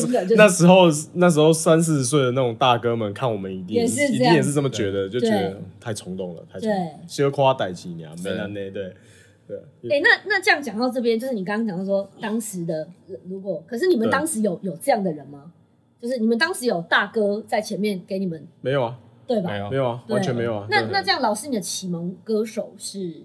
Speaker 1: 真的就是
Speaker 2: 那时候那时候三四十岁的那种大哥们看我们一定
Speaker 1: 也
Speaker 2: 也
Speaker 1: 是
Speaker 2: 一
Speaker 1: 这
Speaker 2: 定
Speaker 1: 样
Speaker 2: 也是这么觉得，就觉得
Speaker 1: 对
Speaker 2: 太冲动了，太冲
Speaker 1: 对
Speaker 2: 动，羞夸逮起你啊，没
Speaker 3: 对
Speaker 2: 人呢，对对。
Speaker 1: 哎、那那这样讲到这边，就是你刚刚讲到说当时的如果，可是你们
Speaker 2: 对
Speaker 1: 当时有有这样的人吗？就是你们当时有大哥在前面给你们
Speaker 2: 没有啊，
Speaker 1: 对吧？
Speaker 3: 没有
Speaker 2: 没，有啊，
Speaker 1: 对
Speaker 2: 完全没有啊。
Speaker 1: 那
Speaker 2: 对
Speaker 1: 那这样，老师你的启蒙歌手是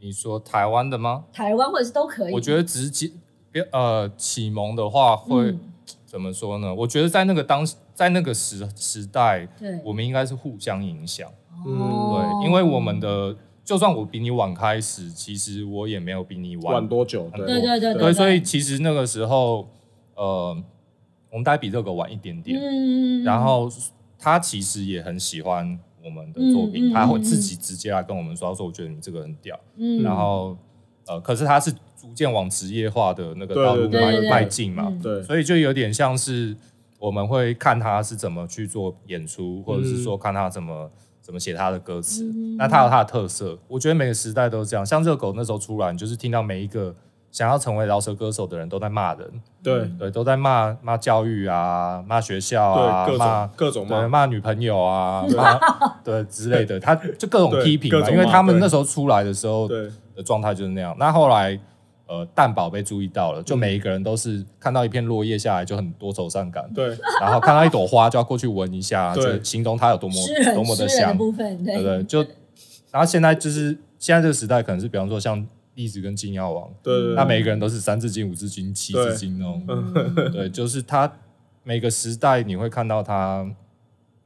Speaker 3: 你说台湾的吗？
Speaker 1: 台湾或者是都可以？
Speaker 3: 我觉得直接，别呃，启蒙的话会、
Speaker 1: 嗯
Speaker 3: 怎么说呢？我觉得在那个当在那个时时代，
Speaker 1: 对，
Speaker 3: 我们应该是互相影响，
Speaker 1: 哦
Speaker 3: 对，因为我们的就算我比你晚开始，其实我也没有比你晚，
Speaker 2: 晚多久？
Speaker 3: 对
Speaker 1: 对对对
Speaker 3: 对，所以其实那个时候，呃，我们大概比这个晚一点点，
Speaker 1: 嗯，
Speaker 3: 然后他其实也很喜欢我们的作
Speaker 1: 嗯
Speaker 3: 品，
Speaker 1: 嗯
Speaker 3: 他会
Speaker 1: 嗯
Speaker 3: 自己直接来跟我们说，他说我觉得你这个很屌，
Speaker 1: 嗯，
Speaker 3: 然后呃，可是他是逐渐往职业化的那个道路
Speaker 2: 对
Speaker 1: 对
Speaker 3: 迈
Speaker 1: 对
Speaker 3: 迈进嘛，
Speaker 1: 嗯
Speaker 2: 对
Speaker 3: 所以就有点像是我们会看他是怎么去做演出，或者是说看他怎么怎么写他的歌词。
Speaker 1: 嗯
Speaker 3: 那他有他的特色，我觉得每个时代都是这样。像热狗那时候出来，你就是听到每一个想要成为饶舌歌手的人都在骂人，
Speaker 2: 对
Speaker 3: 对，都在骂骂教育啊，骂学校啊，
Speaker 2: 对，各
Speaker 3: 骂
Speaker 2: 种各种
Speaker 3: 对，
Speaker 2: 骂，
Speaker 3: 骂女朋友啊，骂对之类的，他就各种
Speaker 2: 对
Speaker 3: 批评
Speaker 2: 各
Speaker 3: 嘛，
Speaker 2: 种
Speaker 3: 因为
Speaker 2: 骂
Speaker 3: 他们
Speaker 2: 对
Speaker 3: 那时候出来的时候
Speaker 2: 对
Speaker 3: 的状态就是那样。那后来，呃，蛋宝被注意到了，就
Speaker 2: 嗯
Speaker 3: 每一个人都是看到一片落叶下来就很多愁善感，
Speaker 2: 对
Speaker 3: 然后看到一朵花就要过去闻一
Speaker 2: (laughs)
Speaker 3: 下，
Speaker 2: 对
Speaker 3: 就形容它有多么
Speaker 1: 诗人
Speaker 3: 多么的
Speaker 1: 诗人
Speaker 3: 香
Speaker 1: 的，部分，
Speaker 3: 对
Speaker 1: 对
Speaker 3: 不对？就然后现在就是现在这个时代，可能是比方说像栗子跟金药王，
Speaker 2: 对对。
Speaker 3: 那每一个人都是三字经、五字经、七字经那种。
Speaker 1: 嗯
Speaker 3: 对，就是他每个时代你会看到他，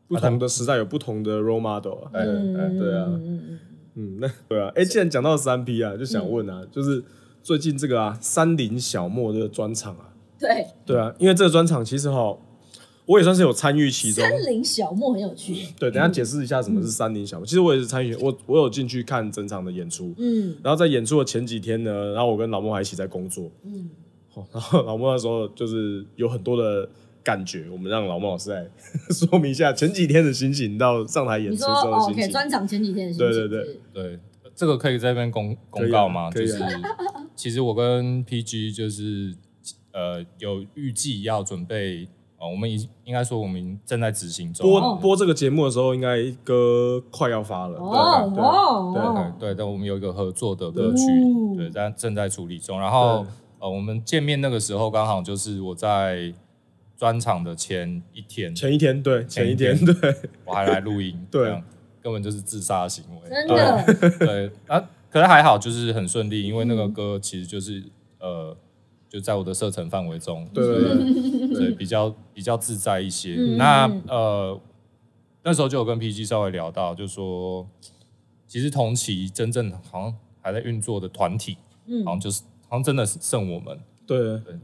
Speaker 2: 不同的时代有不同的 role model 啊。
Speaker 3: 对
Speaker 1: 嗯
Speaker 2: 对啊
Speaker 1: 嗯
Speaker 2: 嗯，那对啊。哎、既然讲到三 P 啊，就想问啊，就是最近这个啊，山林小莫这个专场啊，
Speaker 1: 对，
Speaker 2: 对啊，因为这个专场其实哈，我也算是有参与其中。
Speaker 1: 森林小莫很有趣，
Speaker 2: 对，等一下解释一下什么是山林小莫。其实我也是参与，我我有进去看整场的演出。
Speaker 1: 嗯
Speaker 2: 然后在演出的前几天呢，然后我跟老莫还一起在工作，
Speaker 1: 嗯，
Speaker 2: 哦然后 (laughs) 老莫那时候就是有很多的感觉，我们让老莫老师来 (laughs) 说明一下前几天的心情到上台演
Speaker 1: 你
Speaker 2: 出之
Speaker 1: 说
Speaker 2: 后的
Speaker 1: 哦
Speaker 2: 心
Speaker 1: ，OK，
Speaker 2: 情。
Speaker 1: 专场前几天的心情，
Speaker 2: 对对对
Speaker 1: 是，
Speaker 3: 对，这个可以在这边公
Speaker 2: 可以啊
Speaker 3: 公告吗？
Speaker 2: 可以
Speaker 3: 就
Speaker 2: 啊
Speaker 3: 是其实我跟 PG 就是呃有预计要准备呃，我们已应该说我们正在执行中。
Speaker 2: 播播这个节目的时候，应该歌快要发了。
Speaker 1: 哦
Speaker 2: 对啊对对
Speaker 1: 哦，
Speaker 3: 对对，但我们有一个合作的歌曲
Speaker 1: 对，
Speaker 3: 对，但正在处理中。然后
Speaker 2: 哦对
Speaker 3: 呃，我们见面那个时候刚好就是我在专场的前一天，
Speaker 2: 前一天对，前一天
Speaker 3: 前
Speaker 2: 对，
Speaker 3: 我还来录音，
Speaker 2: (laughs) 对
Speaker 3: 这样根本就是自杀行为，
Speaker 1: 真的，
Speaker 3: 对啊，可是还好，就是很顺利，因为
Speaker 2: 嗯
Speaker 3: 那个歌其实就是呃，就在我的射程范围中，
Speaker 2: 对对对
Speaker 3: 所以比较比较自在一些。
Speaker 1: 嗯
Speaker 3: 那
Speaker 1: 嗯
Speaker 3: 呃，那时候就有跟 PG 稍微聊到，就说其实同期真正好像还在运作的团体，
Speaker 1: 嗯
Speaker 3: 好像就是好像真的是剩我们
Speaker 2: 对，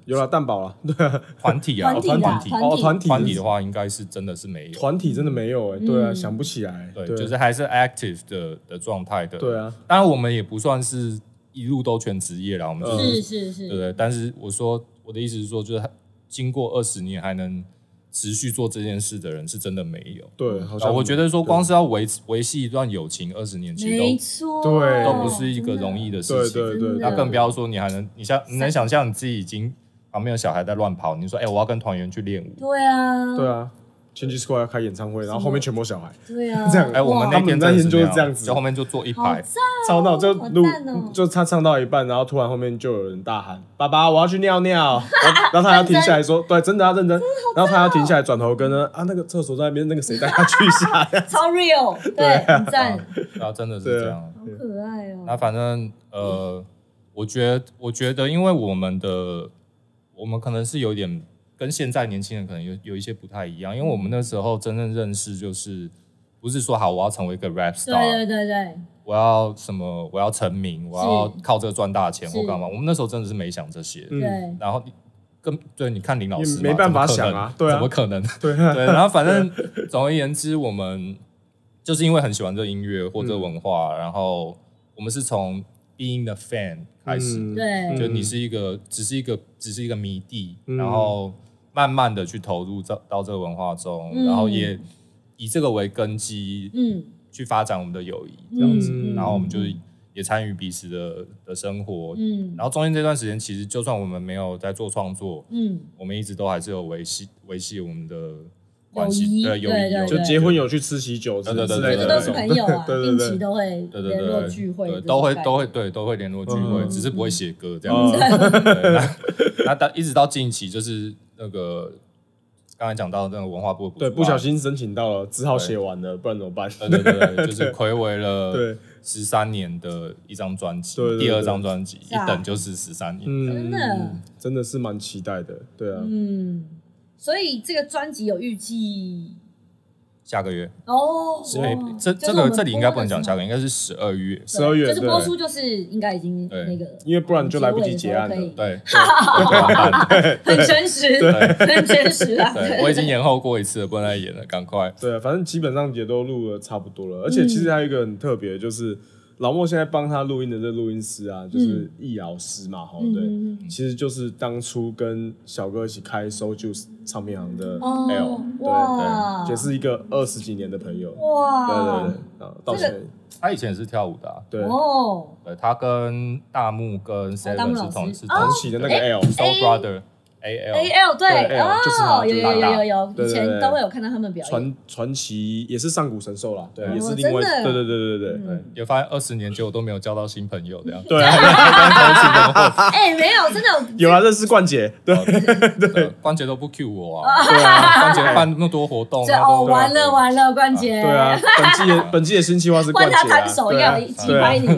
Speaker 2: 有了蛋堡了，啊 (laughs) 对
Speaker 3: 团体啊，
Speaker 1: 团体
Speaker 3: 团
Speaker 1: 啦
Speaker 3: 体
Speaker 1: 团
Speaker 2: 哦，团体
Speaker 3: 团体的话，应该是真的是没有。
Speaker 2: 团体真的没有哎，对啊，
Speaker 1: 嗯
Speaker 2: 想不起来，
Speaker 3: 对，就是还是 active 的的状态的。
Speaker 2: 对啊，
Speaker 3: 当然我们也不算是一路都全职业啦，我们就是
Speaker 1: 是是是，
Speaker 3: 对不对？但是我说我的意思是说，就是经过二十年还能持续做这件事的人，是真的没有。
Speaker 2: 对，好
Speaker 3: 啊，
Speaker 2: 像
Speaker 3: 我觉得说光是要维持维系一段友情二十年，其实
Speaker 1: 没
Speaker 3: 都
Speaker 1: 错，
Speaker 2: 对
Speaker 3: 都不是一个容易的
Speaker 2: 对
Speaker 3: 事
Speaker 2: 对
Speaker 3: 情。
Speaker 2: 对，
Speaker 1: 真
Speaker 3: 那
Speaker 1: 的
Speaker 3: 更不要说你还能，你像你能想象你自己已经旁边有小孩在乱跑，你说哎、我要跟团员去练舞，
Speaker 1: 对啊，
Speaker 2: 对啊，Change Square 要开演唱会，然后后面全部小孩，
Speaker 1: 对
Speaker 2: (laughs)
Speaker 1: 啊，
Speaker 2: 这样
Speaker 3: 哎、我们
Speaker 1: 哇
Speaker 2: 他
Speaker 3: 那
Speaker 2: 们
Speaker 3: 天
Speaker 2: 那
Speaker 3: 真的
Speaker 2: 天就是是这样子
Speaker 3: 就后面就坐一
Speaker 1: 好
Speaker 3: 排，
Speaker 1: 赞
Speaker 2: (laughs) 超闹就
Speaker 1: 好
Speaker 2: 录
Speaker 1: 赞哦，
Speaker 2: 就他唱到一半，然后突然后面就有人大喊：“爸爸，我要去尿
Speaker 1: (laughs)
Speaker 2: 尿。”然后他还要停下来说：“对，真的要认真。”
Speaker 1: 哦
Speaker 2: 然后他还要停下来转头跟呢啊那个厕所在那边，那个谁带他去一下？
Speaker 1: 超 real，对，很赞，
Speaker 3: (laughs) 然后真的是
Speaker 2: 对啊
Speaker 3: 这样。
Speaker 1: 好可爱哦，
Speaker 3: 那反正呃，我觉得我觉得，因为我们的我们可能是有点跟现在年轻人可能有有一些不太一样，因为我们那时候真正认识就是不是说好我要成为一个 rap
Speaker 1: 对
Speaker 3: star，
Speaker 1: 对对对，
Speaker 3: 我要什么我要成名，我要靠这个赚大钱
Speaker 1: 是
Speaker 3: 或干嘛，我们那时候真的是没想这些，
Speaker 2: 嗯
Speaker 1: 对，
Speaker 3: 然后。更对，你看林老师嘛
Speaker 2: 也没办法
Speaker 3: 怎么可能
Speaker 2: 想啊对啊
Speaker 3: 怎么可能？
Speaker 2: (laughs) 对
Speaker 3: 对，然后反正总而言之，我们就是因为很喜欢这音乐或者文
Speaker 2: 嗯
Speaker 3: 化，然后我们是从 being the fan 开始，
Speaker 2: (laughs) 嗯
Speaker 1: 对
Speaker 3: 就你是一个只是一个只是一个迷弟，
Speaker 2: 嗯
Speaker 3: 然后慢慢的去投入到到这个文化中，
Speaker 1: 嗯
Speaker 3: 然后也以这个为根基
Speaker 1: 嗯，
Speaker 3: 去发展我们的友谊，
Speaker 1: 嗯
Speaker 3: 这样子，
Speaker 2: 嗯
Speaker 3: 然后我们就也参与彼此的的生活。
Speaker 1: 嗯
Speaker 3: 然后中间这段时间，其实就算我们没有在做创作，
Speaker 1: 嗯，
Speaker 3: 我们一直都还是有维系维系我们的关系
Speaker 1: 友谊，
Speaker 3: 对友
Speaker 1: 对
Speaker 3: 谊，
Speaker 1: 对
Speaker 3: 友谊
Speaker 2: 就结婚有去吃喜酒之
Speaker 3: 对对对
Speaker 2: 之
Speaker 1: 这
Speaker 2: 类
Speaker 1: 个
Speaker 2: 的
Speaker 1: 都
Speaker 2: 那
Speaker 1: 是
Speaker 2: 种，
Speaker 1: 朋友啊，
Speaker 2: 对
Speaker 1: 定
Speaker 2: 对对，
Speaker 1: 期都会
Speaker 3: 对对
Speaker 1: 联络
Speaker 3: 对，
Speaker 1: 聚会，
Speaker 3: 对
Speaker 1: 这种
Speaker 3: 都
Speaker 1: 概
Speaker 3: 会
Speaker 1: 念
Speaker 3: 都会，对都会联络聚会，
Speaker 2: 嗯
Speaker 3: 只是不会写歌这样
Speaker 2: 嗯
Speaker 3: 子。对那那到一直到近期就是那个刚才讲到那个文化部的补助
Speaker 2: 对，
Speaker 3: 案
Speaker 2: 不小，心申请到了，只好写完了，不然怎么办？
Speaker 3: 对对对， (laughs) 对就是暌违了
Speaker 2: 对
Speaker 3: 十三年的一张专辑
Speaker 2: 对对，对
Speaker 3: 第二张专辑
Speaker 1: 是啊
Speaker 3: 一等就是十三年，
Speaker 2: 嗯
Speaker 1: 真的，
Speaker 2: 真的是蛮期待的，对啊，
Speaker 1: 嗯，所以这个专辑有预计
Speaker 3: 下个月
Speaker 1: 哦，
Speaker 3: 是哎
Speaker 1: 哇
Speaker 3: 这
Speaker 1: 就是
Speaker 3: 这
Speaker 1: 我
Speaker 3: 个
Speaker 1: 们
Speaker 3: 这里应该不能
Speaker 1: 播
Speaker 3: 讲
Speaker 1: 的
Speaker 3: 下
Speaker 1: 时
Speaker 3: 个，
Speaker 1: 候
Speaker 3: 应该是十二月，
Speaker 1: 对
Speaker 2: 12月
Speaker 1: 就是播
Speaker 2: 对
Speaker 1: 出就是应该已经
Speaker 3: 对
Speaker 1: 那个，哦
Speaker 2: 因为不然就来不及结案
Speaker 1: 结尾的
Speaker 2: 了
Speaker 1: 时。(laughs)
Speaker 3: 对，对
Speaker 1: 很真实，很真实啊，
Speaker 3: 对，我已经延后过一次了，不能再演了，赶快。
Speaker 2: 对，啊反正基本上也都录了差不多
Speaker 1: 嗯
Speaker 2: 了，而且其实还有一个很特别，就是老莫现在帮他录音的这录音师啊，就是易老师嘛，吼，
Speaker 1: 嗯
Speaker 2: 对，
Speaker 1: 嗯嗯
Speaker 2: 其实就是当初跟小哥一起开 So Juice 唱片行的 L，、
Speaker 1: 哦，
Speaker 2: 对
Speaker 1: 哇，
Speaker 2: 对，也是一个二十几年的朋友，对
Speaker 1: 哇，
Speaker 2: 对对，啊，到现在，
Speaker 3: 他以前也是跳舞的啊，
Speaker 2: 对，
Speaker 1: 哦，
Speaker 3: 对他跟大木跟 Seven 是同是
Speaker 1: 哦
Speaker 3: 同
Speaker 2: 同
Speaker 3: 期
Speaker 2: 期的那个 L，
Speaker 3: s o
Speaker 1: A-
Speaker 3: Brother A
Speaker 1: A
Speaker 3: L
Speaker 1: L
Speaker 2: 对
Speaker 1: 哦
Speaker 2: L，就是他，就
Speaker 1: 有
Speaker 2: 是
Speaker 1: 有
Speaker 2: 他
Speaker 1: 有有有，
Speaker 2: 对
Speaker 1: 以
Speaker 2: 对
Speaker 1: 前
Speaker 2: 对
Speaker 1: 都会有看到他们表演，
Speaker 2: 传传奇也是上古神兽啦，对，
Speaker 3: 哦
Speaker 2: 也是另外，
Speaker 1: 真的嗯
Speaker 2: 对对对对对对，
Speaker 3: 对，也发现二十年结果都没有交到新朋友这样。 (laughs)
Speaker 2: 对啊，
Speaker 1: 哎，没有，真的
Speaker 2: 有啊，认识冠杰，对
Speaker 1: (laughs)
Speaker 3: 对，关节都不 Q 我啊，对啊，关节办那么多活动，
Speaker 1: 哦这
Speaker 3: 然后
Speaker 1: 哦，
Speaker 3: 都
Speaker 1: 完了完了，冠杰，
Speaker 2: 啊对啊，本季的本季的新计划
Speaker 1: (laughs)
Speaker 2: 是
Speaker 1: 换
Speaker 2: 冠杰
Speaker 1: 他
Speaker 2: 啊
Speaker 1: 摊，手
Speaker 2: 对
Speaker 1: 要
Speaker 2: 啊
Speaker 1: 击
Speaker 2: 对啊
Speaker 1: 败你，哎，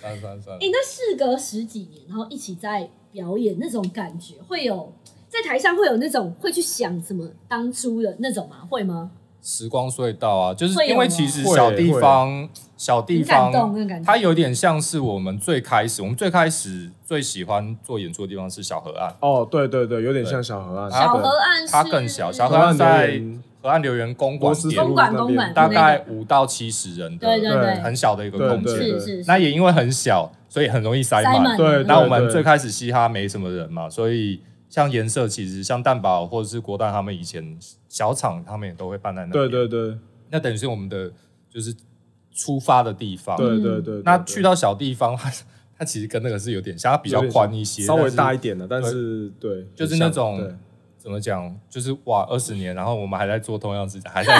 Speaker 3: 算算算，
Speaker 1: 那事隔十几年，然后一起在表演，那种感觉会有。在台上会有那种会去想什么当初的那种吗？会吗？
Speaker 3: 时光隧道啊，就是
Speaker 1: 会有
Speaker 3: 因为
Speaker 1: 吗
Speaker 3: 其实小地方小地
Speaker 1: 很感动，
Speaker 3: 方。
Speaker 1: 那种感觉。
Speaker 3: 它有点像是我们最开始，我们最开始最喜欢做演出的地方是小河岸，
Speaker 2: 哦，对对对，有点像小河岸，
Speaker 1: 小
Speaker 2: 对
Speaker 1: 河岸是
Speaker 3: 它更小，小河
Speaker 2: 河
Speaker 3: 岸
Speaker 2: 岸
Speaker 3: 在
Speaker 2: 留言
Speaker 3: 河岸留园公馆
Speaker 2: 罗斯
Speaker 3: 店
Speaker 2: 福路
Speaker 1: 公馆
Speaker 2: 那
Speaker 1: 公馆
Speaker 2: 边，
Speaker 3: 大概五到七十人的，
Speaker 1: 对对
Speaker 2: 对
Speaker 1: 对，
Speaker 3: 很小的一个空
Speaker 2: 对
Speaker 3: 间。
Speaker 1: 是
Speaker 2: 对
Speaker 1: 是是。
Speaker 3: 那也因为很小，所以很容易塞
Speaker 1: 塞满
Speaker 3: 满。
Speaker 2: 对，
Speaker 3: 那
Speaker 2: 对
Speaker 3: 我们
Speaker 2: 对
Speaker 3: 最开始嘻哈没什么人嘛，所以像颜色，其实像蛋堡或者是国蛋他们以前小厂，他们也都会办在那。
Speaker 2: 对，对对
Speaker 3: 那等于是我们的就是出发的地方。
Speaker 2: 对对对，
Speaker 3: 那
Speaker 2: 对
Speaker 3: 去到小地方，它它其实跟那个是有点像，它比较
Speaker 2: 有点像
Speaker 3: 宽一些，
Speaker 2: 稍微
Speaker 3: 但是
Speaker 2: 大一点的，但是对，
Speaker 3: 就是
Speaker 2: 很像
Speaker 3: 那种
Speaker 2: 对
Speaker 3: 怎么讲，就是哇，二十年，然后我们还在 (laughs) 做同样的事情，还在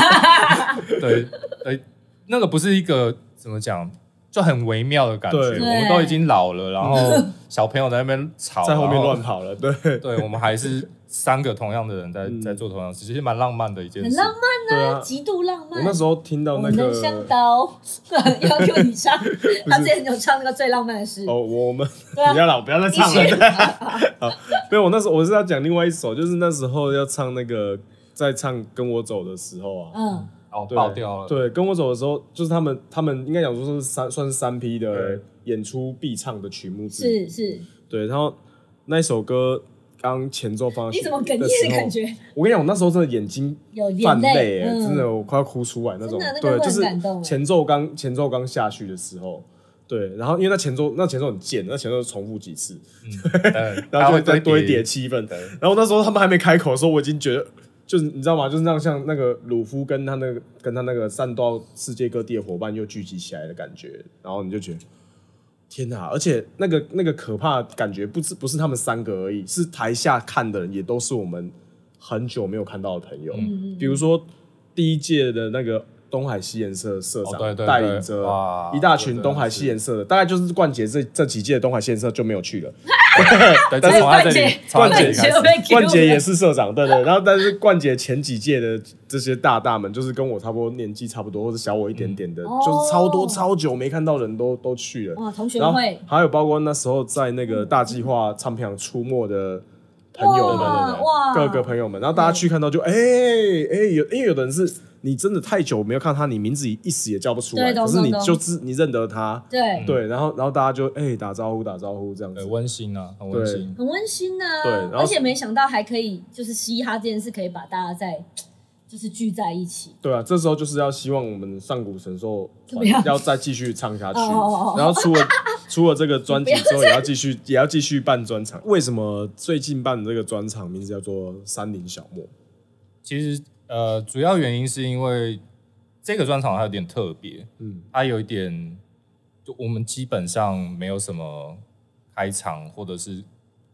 Speaker 3: 对对，那个不是一个怎么讲，就很微妙的感觉。
Speaker 2: 对嗯
Speaker 3: 我们都已经老了，然后小朋友在那边吵，
Speaker 2: 在后面
Speaker 3: 然
Speaker 2: 乱跑了，对对
Speaker 3: 对，我们还是三个同样的人在、在
Speaker 2: 嗯
Speaker 3: 做同样的事，其实蛮浪漫的一件
Speaker 1: 很
Speaker 3: 事。
Speaker 1: 浪漫，
Speaker 2: 啊。
Speaker 1: 极度浪
Speaker 2: 我
Speaker 1: 漫
Speaker 2: 那。时候听到
Speaker 1: 我
Speaker 2: 那
Speaker 1: 们
Speaker 2: 个
Speaker 1: 能相到，要求你唱，他之前有唱那个最浪漫的诗，
Speaker 2: 哦，我们
Speaker 1: 对啊
Speaker 2: 不要了，不要再
Speaker 1: 继
Speaker 2: 唱了。 (laughs)
Speaker 1: 续。
Speaker 2: 没有，我那时候我是要讲另外一首，就是那时候要唱那个在唱《跟我走》的时候啊，
Speaker 1: 嗯，
Speaker 3: 哦，
Speaker 2: 对
Speaker 3: 爆掉了。
Speaker 2: 对，《跟我走》的时候，就是他们他们应该讲说是三算是三批的
Speaker 3: 对
Speaker 2: 演出必唱的曲目之一。
Speaker 1: 是是，
Speaker 2: 对，然后那一首歌刚前奏放
Speaker 1: 你
Speaker 2: 下去
Speaker 1: 怎么哽
Speaker 2: 的
Speaker 1: 咽
Speaker 2: 时
Speaker 1: 的
Speaker 2: 候
Speaker 1: 感？觉？
Speaker 2: 我跟你讲，我那时候真的眼睛
Speaker 1: 有眼
Speaker 2: 泛泪、欸，
Speaker 1: 嗯，
Speaker 2: 真的我快要哭出来那种。
Speaker 1: 真的那个
Speaker 2: 对，
Speaker 1: 会
Speaker 2: 就
Speaker 1: 很
Speaker 2: 是
Speaker 1: 感动欸
Speaker 2: 前奏刚前奏刚下去的时候，对，然后因为那前奏那前奏很贱，那前奏重复几次，
Speaker 3: 对，
Speaker 2: 然后
Speaker 3: 它
Speaker 2: 就再
Speaker 3: 会
Speaker 2: 堆叠
Speaker 3: 叠。
Speaker 2: 气氛。
Speaker 3: 对
Speaker 2: 然后那时候他们还没开口的时候，我已经觉得，就是你知道吗？就是那样像那个鲁夫跟他那个跟他那个散到世界各地的伙伴又聚集起来的感觉，然后你就觉得。天哪！而且那个那个可怕的感觉，不是不是他们三个而已，是台下看的人也都是我们很久没有看到的朋友。
Speaker 1: 嗯
Speaker 2: 比如说第一届的那个东海西研社社
Speaker 3: 哦对
Speaker 2: 长
Speaker 3: 对对
Speaker 2: 带领着
Speaker 3: 哇
Speaker 2: 一大
Speaker 3: 这真
Speaker 2: 群
Speaker 3: 的
Speaker 2: 东海西
Speaker 3: 是
Speaker 2: 研社的，大概就是冠杰这这几届的东海西研社就没有去了。但
Speaker 3: 对，就是从在这里，从
Speaker 2: 冠
Speaker 3: 在这
Speaker 2: 杰
Speaker 3: 里开始。
Speaker 2: 冠杰也是社长，对对。然后，但是冠杰前几届的这些大大们，就是跟我差不多年纪差不多，或者小我一点点的，
Speaker 1: 嗯
Speaker 2: 就是超多
Speaker 1: 哦
Speaker 2: 超久没看到人都都去了。
Speaker 1: 哇，同学
Speaker 2: 然后
Speaker 1: 会，
Speaker 2: 还有包括那时候在那个大计划唱片行出没的朋友
Speaker 1: 哇
Speaker 2: 们，
Speaker 1: 哇，嗯
Speaker 2: 各个朋友们，然后大家去看到就哎哎、有，因为有的人是你真的太久没有看他，你名字一时也叫不出来，
Speaker 1: 对懂
Speaker 2: 可是你
Speaker 1: 懂懂
Speaker 2: 就是你认得他，
Speaker 1: 对，
Speaker 2: 对，然后然后大家就哎、打招呼打招呼这样子
Speaker 3: 对，，温馨啊，很温馨。
Speaker 1: 很温馨呐、
Speaker 2: 对然后
Speaker 1: 而且没想到还可以，就是嘻哈这件事可以把大家在，就是聚在一起。
Speaker 2: 对啊，这时候就是要希望我们上古神兽
Speaker 1: 怎么样
Speaker 2: 要再继续唱下去，
Speaker 1: 哦哦哦
Speaker 2: 然后出了出了这个专辑
Speaker 1: (laughs) 你不
Speaker 2: 之后，也要继续也要继续办专场。为什么最近办的这个专场名字叫做《山林小莫》？
Speaker 3: 其实呃，主要原因是因为这个专场它有点特别，
Speaker 2: 嗯，
Speaker 3: 它有一点，就我们基本上没有什么开场，或者是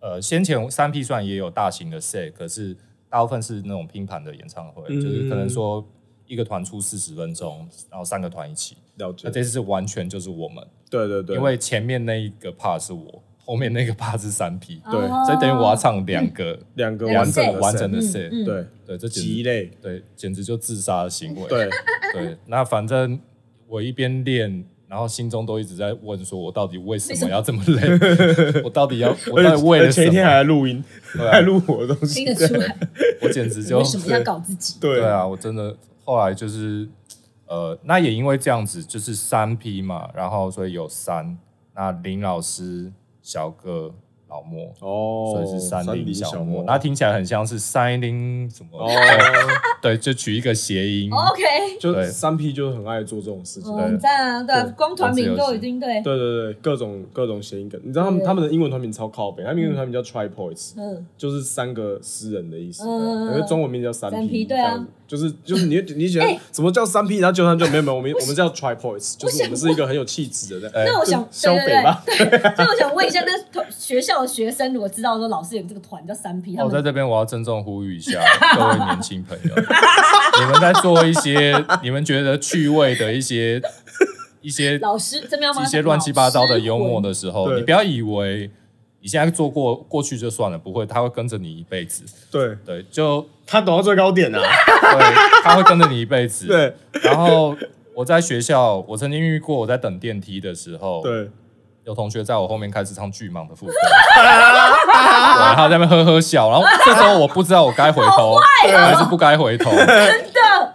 Speaker 3: 呃，先前三 P 算也有大型的 set，可是大部分是那种拼盘的演唱会，
Speaker 2: 嗯
Speaker 3: 就是可能说一个团出四十分钟，然后三个团一起。
Speaker 2: 了
Speaker 3: 那
Speaker 2: 解，
Speaker 3: 这次是完全就是我们，
Speaker 2: 对对对，
Speaker 3: 啊因为前面那一个 part 是我，后面那个 part 是三 P，、
Speaker 2: 对
Speaker 1: 哦
Speaker 3: 所以等于我要唱两个
Speaker 2: 两个
Speaker 1: 两
Speaker 2: 完整
Speaker 1: 个
Speaker 2: 的
Speaker 3: 完整
Speaker 2: set，
Speaker 3: 的
Speaker 1: 嗯
Speaker 3: set，、
Speaker 1: 嗯
Speaker 2: 对
Speaker 3: 对，这简
Speaker 2: 鸡
Speaker 3: 直
Speaker 2: 肋，
Speaker 3: 对，简直就自杀的行为。
Speaker 2: 对，
Speaker 3: 对，那反正我一边练，然后心中都一直在问，说我到底为什么要这么累？我到底要我
Speaker 2: 而
Speaker 3: 到
Speaker 2: 且
Speaker 3: 底为了
Speaker 2: 前一
Speaker 3: 什
Speaker 2: 天还
Speaker 3: 么？
Speaker 2: 在录音，
Speaker 3: 对啊
Speaker 2: 还录我的东西
Speaker 1: 听，得出来，
Speaker 3: 我简直就
Speaker 1: 为什么要搞自
Speaker 3: (laughs)
Speaker 1: 己？
Speaker 2: 对
Speaker 3: 对，啊，我真的后来就是呃，那也因为这样子，就是三批嘛，然后所以有三，那林老师、小哥、老莫。所
Speaker 2: 哦，
Speaker 3: 以是三
Speaker 2: 山
Speaker 3: 林
Speaker 2: 林
Speaker 3: 小
Speaker 2: 莫
Speaker 3: 莫，，那听起来很像是三林什么？
Speaker 2: 哦，
Speaker 3: (laughs) 对，就取一个谐音。
Speaker 1: OK，
Speaker 2: 就
Speaker 3: 对
Speaker 2: 三 P 就是很爱做这种事情
Speaker 1: 哦，，很赞啊！对啊
Speaker 2: 对，
Speaker 1: 光团名
Speaker 3: 我自
Speaker 1: 都
Speaker 3: 由
Speaker 1: 已经对，
Speaker 2: 对对对，各种各种谐音梗，你知道他们
Speaker 1: 对
Speaker 2: 他们的英文团名超靠北，他们英文团名叫 Tripods，
Speaker 1: 嗯，
Speaker 2: 就是三个诗人的意思，
Speaker 1: 嗯
Speaker 2: 可是中文名叫三
Speaker 1: 三
Speaker 2: P，
Speaker 1: P，
Speaker 2: 这
Speaker 1: 对啊
Speaker 2: 样子，就是就是你你觉得
Speaker 1: 哎
Speaker 2: 什么叫三 P，然后就他们就没有没有，我们我们叫 Tripods，就是我们
Speaker 1: 我
Speaker 2: 是一个很有气质的人，
Speaker 3: 对
Speaker 1: 那我
Speaker 2: 就
Speaker 1: 想，
Speaker 2: 消
Speaker 1: 对
Speaker 2: 北吧，
Speaker 1: 对对对，所以我想问一下， (laughs) 那同学校的学生如果知道说老师有这个团叫三 P，他
Speaker 3: 哦我在
Speaker 1: 们
Speaker 3: 这边我要郑重呼吁一下各位年轻朋
Speaker 1: (laughs)
Speaker 3: 友，你们在做一些你们觉得趣味的一些一些
Speaker 1: 老师这边要吗
Speaker 3: 一些乱七八糟的幽默，
Speaker 1: 老
Speaker 3: 的时候，
Speaker 2: 对
Speaker 3: 你不要以为你现在做过过去就算了，不会，他会跟着你一辈子。
Speaker 2: 对
Speaker 3: 对，就
Speaker 2: 他懂到最高点啊，
Speaker 3: 对，他会跟着你一辈子。，
Speaker 2: (laughs) 对
Speaker 3: 然后我在学校，我曾经遇过，我在等电梯的时候，
Speaker 2: 对，
Speaker 3: 有同学在我后面开始唱巨蟒的副歌，然后在那边呵呵笑，然后这时候我不知道我该回头、还是不该回头，
Speaker 1: 师哦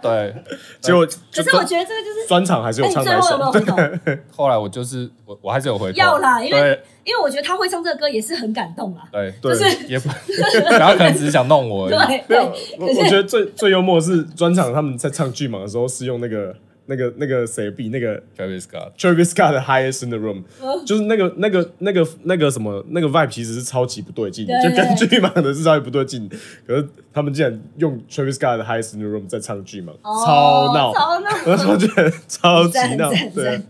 Speaker 1: 的。
Speaker 3: 对，
Speaker 2: (laughs) 结果
Speaker 1: 可
Speaker 2: 就是
Speaker 1: 我觉得这个就是，
Speaker 2: 专场还是有
Speaker 1: 哎，你
Speaker 2: 唱
Speaker 1: 最
Speaker 2: 那一
Speaker 1: 后有没有
Speaker 2: 首，
Speaker 1: 回头？
Speaker 3: (laughs) 后来我就是我我还是有回头，
Speaker 1: 要啦因为
Speaker 3: 对
Speaker 1: 因为我觉得他会唱这个歌也是很感动啊啦。
Speaker 3: 对
Speaker 2: 对
Speaker 1: 就是
Speaker 3: 也不， (laughs) 然后可能只是想弄我而已，
Speaker 1: 对
Speaker 2: 没有
Speaker 1: 对，，
Speaker 2: 我我觉得最最幽默的是专场他们在唱巨蟒的时候是用那个那个那个谁比那个
Speaker 3: Travis Scott，
Speaker 2: Travis Scott 的 Highest in the Room，、
Speaker 1: 嗯
Speaker 2: 就是那个那个那个那个什么那个 vibe 其实是超级不对劲，
Speaker 1: 对
Speaker 2: 就跟巨蟒的是超级不对劲。可是他们竟然用 Travis Scott 的 Highest in the Room 在唱巨蟒，
Speaker 1: 哦
Speaker 2: 超闹，
Speaker 1: 超闹。
Speaker 2: 我那时候觉得超级
Speaker 1: 赞
Speaker 2: 闹
Speaker 1: 赞。
Speaker 2: 对
Speaker 1: 赞，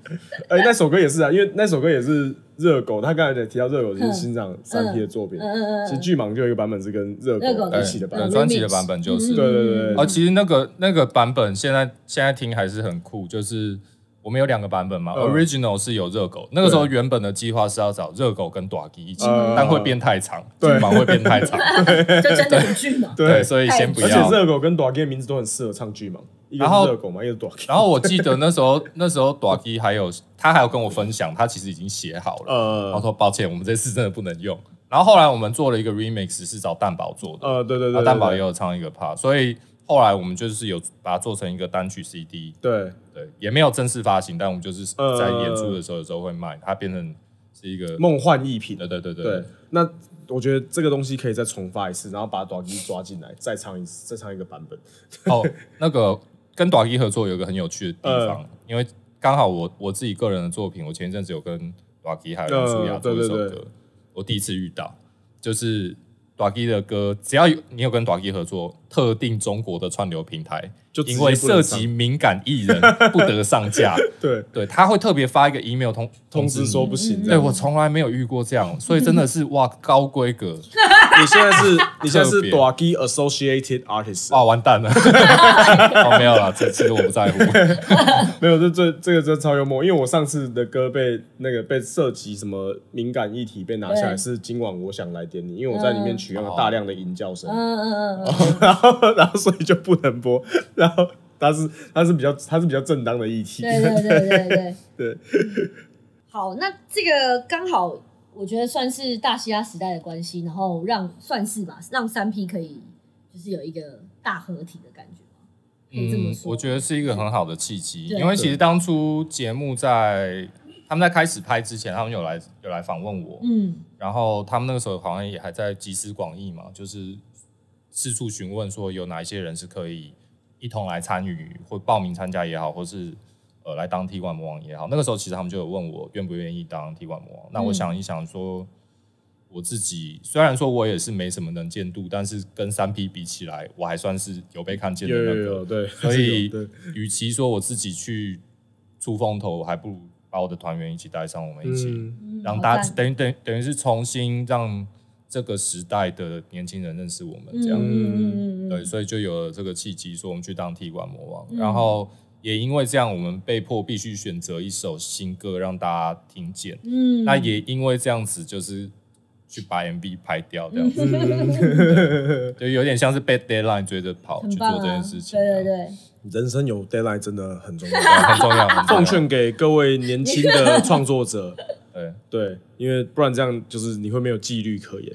Speaker 2: 哎、那首歌也是啊，因为那首歌也是热狗，他刚才也提到热狗其实
Speaker 1: 嗯
Speaker 2: 是新长三 P 的作品，
Speaker 1: 嗯
Speaker 2: (laughs)
Speaker 1: 嗯嗯嗯
Speaker 2: 其实巨蟒就有一个版本是跟热
Speaker 1: 热狗
Speaker 2: 狗
Speaker 1: 的
Speaker 2: 一起的版
Speaker 3: 对
Speaker 2: 本，
Speaker 3: 专辑的版本就
Speaker 1: 嗯
Speaker 3: 是啊
Speaker 2: 对对对对
Speaker 3: 哦，其实那个那个版本现在现在听还是很酷，就是我们有两个版本嘛、
Speaker 2: 嗯
Speaker 3: o r i g i n a l 是有热狗，那个时候原本的计划是要找热狗跟短鸡一起，
Speaker 2: 嗯
Speaker 3: 但会变太长，
Speaker 2: 对
Speaker 3: 蛮会变太长，
Speaker 1: 就真的很巨嘛。
Speaker 3: 对，所以先不
Speaker 2: 而且
Speaker 3: 要。
Speaker 2: 热狗跟短 K 名字都很适合唱剧嘛，一个
Speaker 3: 然后
Speaker 2: 是热狗嘛，一个是短 K。
Speaker 3: 然后我记得那时候，那时候短鸡还有他还有跟我分享，他其实已经写好了，然后
Speaker 2: 呃
Speaker 3: 说抱歉，我们这次真的不能用。然后后来我们做了一个 remix，是找蛋宝做的，
Speaker 2: 呃，对对
Speaker 3: 然后
Speaker 2: 对，
Speaker 3: 啊蛋宝也
Speaker 2: 对
Speaker 3: 有唱一个 part，所以后来我们就是有把它做成一个单曲 CD，
Speaker 2: 对
Speaker 3: 对，也没有正式发行，但我们就是
Speaker 2: 呃
Speaker 3: 在演出的时候有时候会卖，它变成是一个，
Speaker 2: 梦幻一品。
Speaker 3: 对对对
Speaker 2: 对，那我觉得这个东西可以再重发一次，然后把短 K 抓进来，再唱一次再唱一个版本。
Speaker 3: 哦，那个跟短一合作有一个很有趣的
Speaker 2: 呃
Speaker 3: 地方，因为刚好我我自己个人的作品，我前一阵子有跟短一还有林舒雅做一首
Speaker 2: 呃对
Speaker 3: 歌，
Speaker 2: 对对
Speaker 3: 我第一次遇到，就是短一的歌，只要有你有跟短一合作，特定中国的串流平台，
Speaker 2: 就直接
Speaker 3: 因为
Speaker 2: 不能
Speaker 3: 涉
Speaker 2: 上
Speaker 3: 及敏感艺人不得
Speaker 2: (laughs)
Speaker 3: 上架，
Speaker 2: 对，
Speaker 3: 对他会特别发一个 email 通
Speaker 2: 通知说
Speaker 3: 你
Speaker 2: 不行。这
Speaker 3: 对
Speaker 1: 嗯
Speaker 2: 样
Speaker 3: 我从来没有遇过这样，所以真的是哇高规格
Speaker 2: 你现在是你现在
Speaker 3: 嗯特
Speaker 2: 是
Speaker 3: 别
Speaker 2: 短 K Associated Artist，
Speaker 3: 哇
Speaker 1: (laughs)
Speaker 3: 完蛋了，哦没有啦，这其实我不在乎，
Speaker 2: 没有，这这这个真的超幽默，因为我上次的歌被那个被涉及什么敏感议题被拿下来，
Speaker 1: 对
Speaker 2: 是今晚我想来点你，因为我在里面取用了大量的吟叫声，
Speaker 1: 嗯嗯嗯嗯，
Speaker 2: (laughs) 然后然后所以就不能播，然后它是它是比较它是比较正当的议题，
Speaker 1: 对对对对对
Speaker 2: 对。
Speaker 1: 好，那这个刚好我觉得算是大西亚时代的关系，然后让算是吧，让三 P 可以就是有一个大合体的感觉嘛，可以这么
Speaker 3: 嗯，
Speaker 1: 说。
Speaker 3: 我觉得是一个很好的契机，
Speaker 1: 对
Speaker 3: 因为其实当初节目在他们在开始拍之前，他们有来有来访问我，
Speaker 1: 嗯，
Speaker 3: 然后他们那个时候好像也还在集思广益嘛，就是四处询问说有哪一些人是可以一同来参与或报名参加也好，或是呃来当 T 1魔王也好。那个时候其实他们就有问我愿不愿意当 T 1魔王。那我
Speaker 1: 嗯
Speaker 3: 想一想说，我自己虽然说我也是没什么能见度，但是跟三 P 比起来，我还算是有被看见的
Speaker 2: 有
Speaker 3: 那个。
Speaker 2: 有有，对，
Speaker 3: 所以
Speaker 2: 对，
Speaker 3: 与其说我自己去出风头，我还不如把我的团员一起带上，我们一起。
Speaker 2: 嗯，
Speaker 1: 嗯
Speaker 3: 让
Speaker 1: 好
Speaker 3: 大家
Speaker 1: 赞
Speaker 3: 等于等于等于是重新让这个时代的年轻人认识我们
Speaker 1: 嗯
Speaker 3: 这样，
Speaker 1: 嗯嗯嗯嗯
Speaker 3: 对，
Speaker 1: 嗯
Speaker 3: 所以就有了这个契机，说我们去当踢馆魔王，
Speaker 1: 嗯
Speaker 3: 然后也因为这样，我们被迫必须选择一首新歌让大家听见，
Speaker 1: 嗯，
Speaker 3: 那也因为这样子就是去把 MV 拍掉这样
Speaker 1: 嗯
Speaker 3: 子，就有点像是被 deadline 追着跑去
Speaker 1: 很
Speaker 3: 做
Speaker 1: 棒
Speaker 3: 这
Speaker 1: 啊
Speaker 3: 件事，情，
Speaker 1: 对对，对，
Speaker 2: 人生有 deadline 真的很重要，
Speaker 3: 很重要，很重要
Speaker 2: 奉劝给各位年轻的创作者，
Speaker 3: 对。
Speaker 2: 对，因为不然这样就是你会没有纪律可言，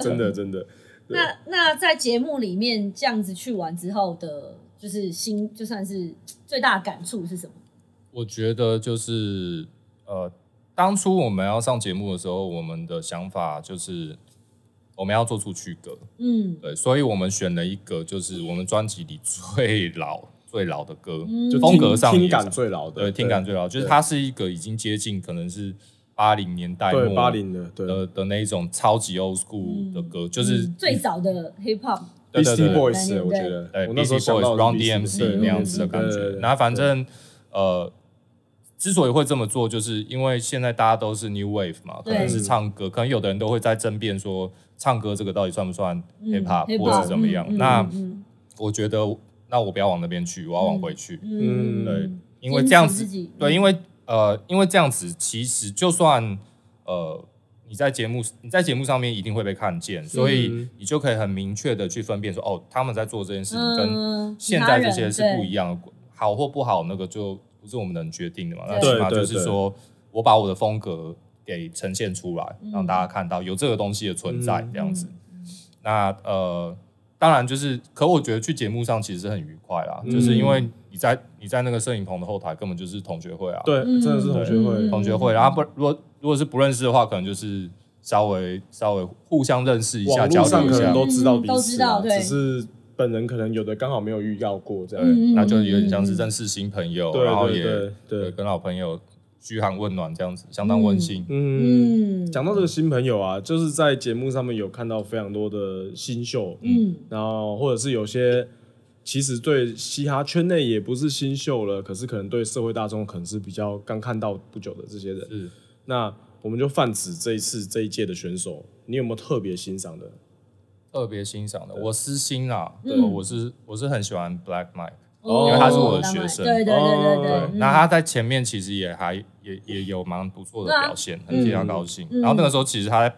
Speaker 2: 真的真的。对
Speaker 1: 那那在节目里面这样子去玩之后的，就是心就算是最大的感触是什么？
Speaker 3: 我觉得就是呃，当初我们要上节目的时候，我们的想法就是我们要做出区隔，
Speaker 1: 嗯
Speaker 3: 对，所以我们选了一个就是我们专辑里最老最老的歌，
Speaker 1: 嗯，
Speaker 2: 就
Speaker 3: 风格上
Speaker 2: 听
Speaker 3: 也
Speaker 2: 听感
Speaker 3: 是
Speaker 2: 最老的，
Speaker 3: 对，听感最老，就是它是一个已经接近可能是八零年代
Speaker 2: 对
Speaker 3: 末
Speaker 2: 八零的，对
Speaker 3: 的的那一种超级 old school 的歌，就是
Speaker 1: 嗯最早的 hip hop，
Speaker 3: 对对
Speaker 2: Beastie
Speaker 3: 对
Speaker 2: Boys，
Speaker 1: 对
Speaker 2: 我觉得
Speaker 3: 对
Speaker 2: 我那时候
Speaker 3: BC
Speaker 2: 想到
Speaker 3: Boys、Run
Speaker 2: 的是
Speaker 3: DMC
Speaker 2: 对
Speaker 3: 那样子的感
Speaker 2: 对对
Speaker 3: 觉
Speaker 2: 对。
Speaker 3: 那反正呃，之所以会这么做，就是因为现在大家都是 New Wave 嘛，可
Speaker 1: 对
Speaker 3: 能是唱歌，可能有的人都会在争辩说，唱歌这个到底算不算 hip hop 或是怎么样？那
Speaker 1: 嗯
Speaker 3: 我觉得，那我不要往那边去，我要往回去，
Speaker 1: 嗯，
Speaker 3: 对
Speaker 1: 嗯
Speaker 3: 因为这样
Speaker 1: 坚持
Speaker 3: 子
Speaker 1: 自己，嗯
Speaker 3: 对，因为呃，因为这样子，其实就算呃你在节目你在节目上面一定会被看见，所
Speaker 2: 嗯
Speaker 3: 以你就可以很明确的去分辨说，哦，他们在做这件事情跟
Speaker 1: 嗯
Speaker 3: 现在这些是不一，样的，好或不好那个就不是我们能决定的嘛。那
Speaker 1: 对
Speaker 3: 起码
Speaker 2: 对
Speaker 3: 就
Speaker 2: 对
Speaker 3: 是说我把我的风格给呈现出来，
Speaker 1: 嗯
Speaker 3: 让大家看到有这个东西的存在
Speaker 2: 嗯
Speaker 3: 这样子。那呃，当然就是，可我觉得去节目上其实是很愉快啦，
Speaker 2: 嗯
Speaker 3: 就是因为你在你在那个摄影棚的后台根本就是同学会啊，
Speaker 2: 对，
Speaker 1: 嗯
Speaker 2: 真的是同学
Speaker 1: 嗯
Speaker 2: 会，
Speaker 3: 同学会，然后不如果如果是不认识的话，可能就是稍微稍微互相认识一下，
Speaker 2: 网
Speaker 3: 交
Speaker 2: 络上
Speaker 3: 流一
Speaker 2: 可
Speaker 3: 下
Speaker 2: 能，都知道
Speaker 1: 嗯
Speaker 2: 彼
Speaker 1: 都知
Speaker 2: 此
Speaker 1: 道
Speaker 2: 啊，
Speaker 1: 对
Speaker 2: 只是本人可能有的刚好没有遇到过这
Speaker 3: 对
Speaker 2: 样，，
Speaker 1: 嗯
Speaker 3: 那就有点像是认识新朋友，
Speaker 2: 对
Speaker 3: 然后
Speaker 2: 对
Speaker 3: 也。
Speaker 2: 对
Speaker 3: 对，
Speaker 2: 对，
Speaker 3: 跟老朋友嘘寒问暖这样子，相当温馨。
Speaker 2: 嗯。
Speaker 1: 嗯，
Speaker 2: 讲到这个新朋友啊，就是在节目上面有看到非常多的新秀，
Speaker 1: 嗯
Speaker 2: 然后或者是有些其实对嘻哈圈内也不是新秀了，可是可能对社会大众可能是比较刚看到不久的这些人。
Speaker 1: 嗯
Speaker 3: 是
Speaker 2: 那我们就泛指这一次这一届的选手，你有没有特别欣赏的？
Speaker 3: 特别欣赏的，我私心啦，
Speaker 1: 对嗯
Speaker 3: 对，我是我是很喜欢 Black Mike，
Speaker 1: 哦
Speaker 3: 因为他是我的学生
Speaker 1: 当然对对对对
Speaker 2: 哦
Speaker 1: 对，嗯
Speaker 3: 那他在前面其实也还也也有蛮不错的表现，很替他高兴。
Speaker 1: 嗯
Speaker 3: 然后那个时候其实他在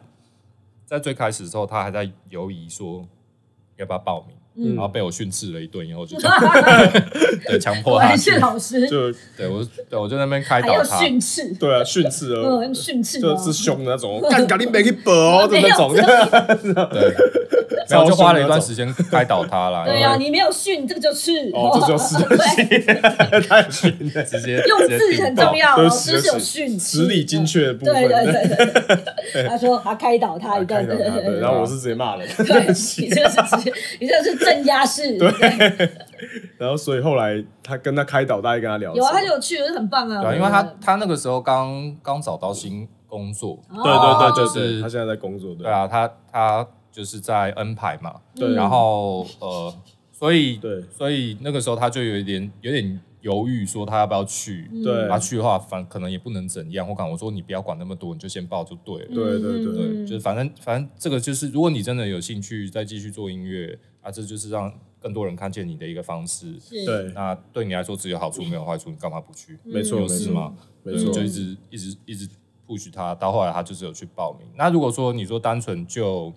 Speaker 3: 在最开始的时候，他还在犹疑说要不要报名，
Speaker 1: 嗯
Speaker 3: 然后被我训斥了一顿以后，就哦
Speaker 1: (laughs)
Speaker 3: 对强迫
Speaker 1: 果 (laughs)
Speaker 3: 他
Speaker 1: 然，是老师，
Speaker 2: 就
Speaker 3: 对我对我就在那边开
Speaker 1: 还要
Speaker 3: 导他，
Speaker 1: 训斥， (laughs)
Speaker 2: 对啊，训斥而
Speaker 1: 嗯，训斥吗
Speaker 2: 就？是凶的那
Speaker 1: (laughs)
Speaker 2: 种，干咖喱没去搏哦的
Speaker 1: 没有
Speaker 2: 那种，
Speaker 1: 这
Speaker 2: (laughs)
Speaker 3: 对，然后就花
Speaker 1: (laughs)
Speaker 3: 了一段时间开导他啦，
Speaker 1: 对啊
Speaker 3: 因为
Speaker 1: 呀，你没有训，这个就斥，
Speaker 2: 哦，这就是
Speaker 1: 对 (laughs)
Speaker 2: (laughs) 太有训了，
Speaker 3: 直接
Speaker 1: 用
Speaker 3: 直接
Speaker 1: 字很
Speaker 3: 顶爆
Speaker 1: 重要，
Speaker 2: 对
Speaker 1: 老
Speaker 2: 是
Speaker 1: 师是有
Speaker 2: 是
Speaker 1: 训斥
Speaker 2: 实力精
Speaker 1: 的。
Speaker 2: 确的部分，
Speaker 1: 对对对对对
Speaker 2: (laughs)
Speaker 1: 对，他说他开导他一
Speaker 2: 看
Speaker 1: 顿，
Speaker 2: 到
Speaker 1: 对
Speaker 2: 他，
Speaker 1: 对
Speaker 2: 对，
Speaker 1: 对
Speaker 2: 然后我是直接骂人， (laughs)
Speaker 1: 对，你这个是直接，你这个是镇压式，
Speaker 2: 然后所以后来他跟他开导，大家跟他聊什
Speaker 1: 有
Speaker 2: 么，
Speaker 1: 啊，他就有去，很棒啊，
Speaker 3: 对啊，因为他他那个时候刚刚找到新工作，
Speaker 1: 对
Speaker 2: 对对对
Speaker 3: 哦就
Speaker 2: 对对，
Speaker 3: 是
Speaker 2: 他现在在工作，
Speaker 3: 对啊，他他就是在 N 排嘛，
Speaker 1: 嗯
Speaker 2: 对，
Speaker 3: 然后呃，所以
Speaker 2: 对
Speaker 3: 所以那个时候他就有一点有点犹豫，说他要不要去。
Speaker 1: 嗯
Speaker 2: 对
Speaker 3: 他去的话，反可能也不能怎样。或可能我说你不要管那么多，你就先报就对了。
Speaker 2: 对对对
Speaker 1: 嗯
Speaker 3: 对，就是反正反正这个就是，如果你真的有兴趣再继续做音乐啊，这就是让更多人看见你的一个方式。
Speaker 1: 是，
Speaker 2: 对，
Speaker 3: 那对你来说只有好处没有坏处，你干嘛不去？
Speaker 1: 嗯
Speaker 2: 没错
Speaker 3: 有
Speaker 2: 没
Speaker 3: 事
Speaker 2: 错
Speaker 3: 吗？
Speaker 2: 没
Speaker 3: 对
Speaker 2: 错
Speaker 3: 就，一直一直一直 push 他，到后来他就是有去报名。那如果说你说单纯就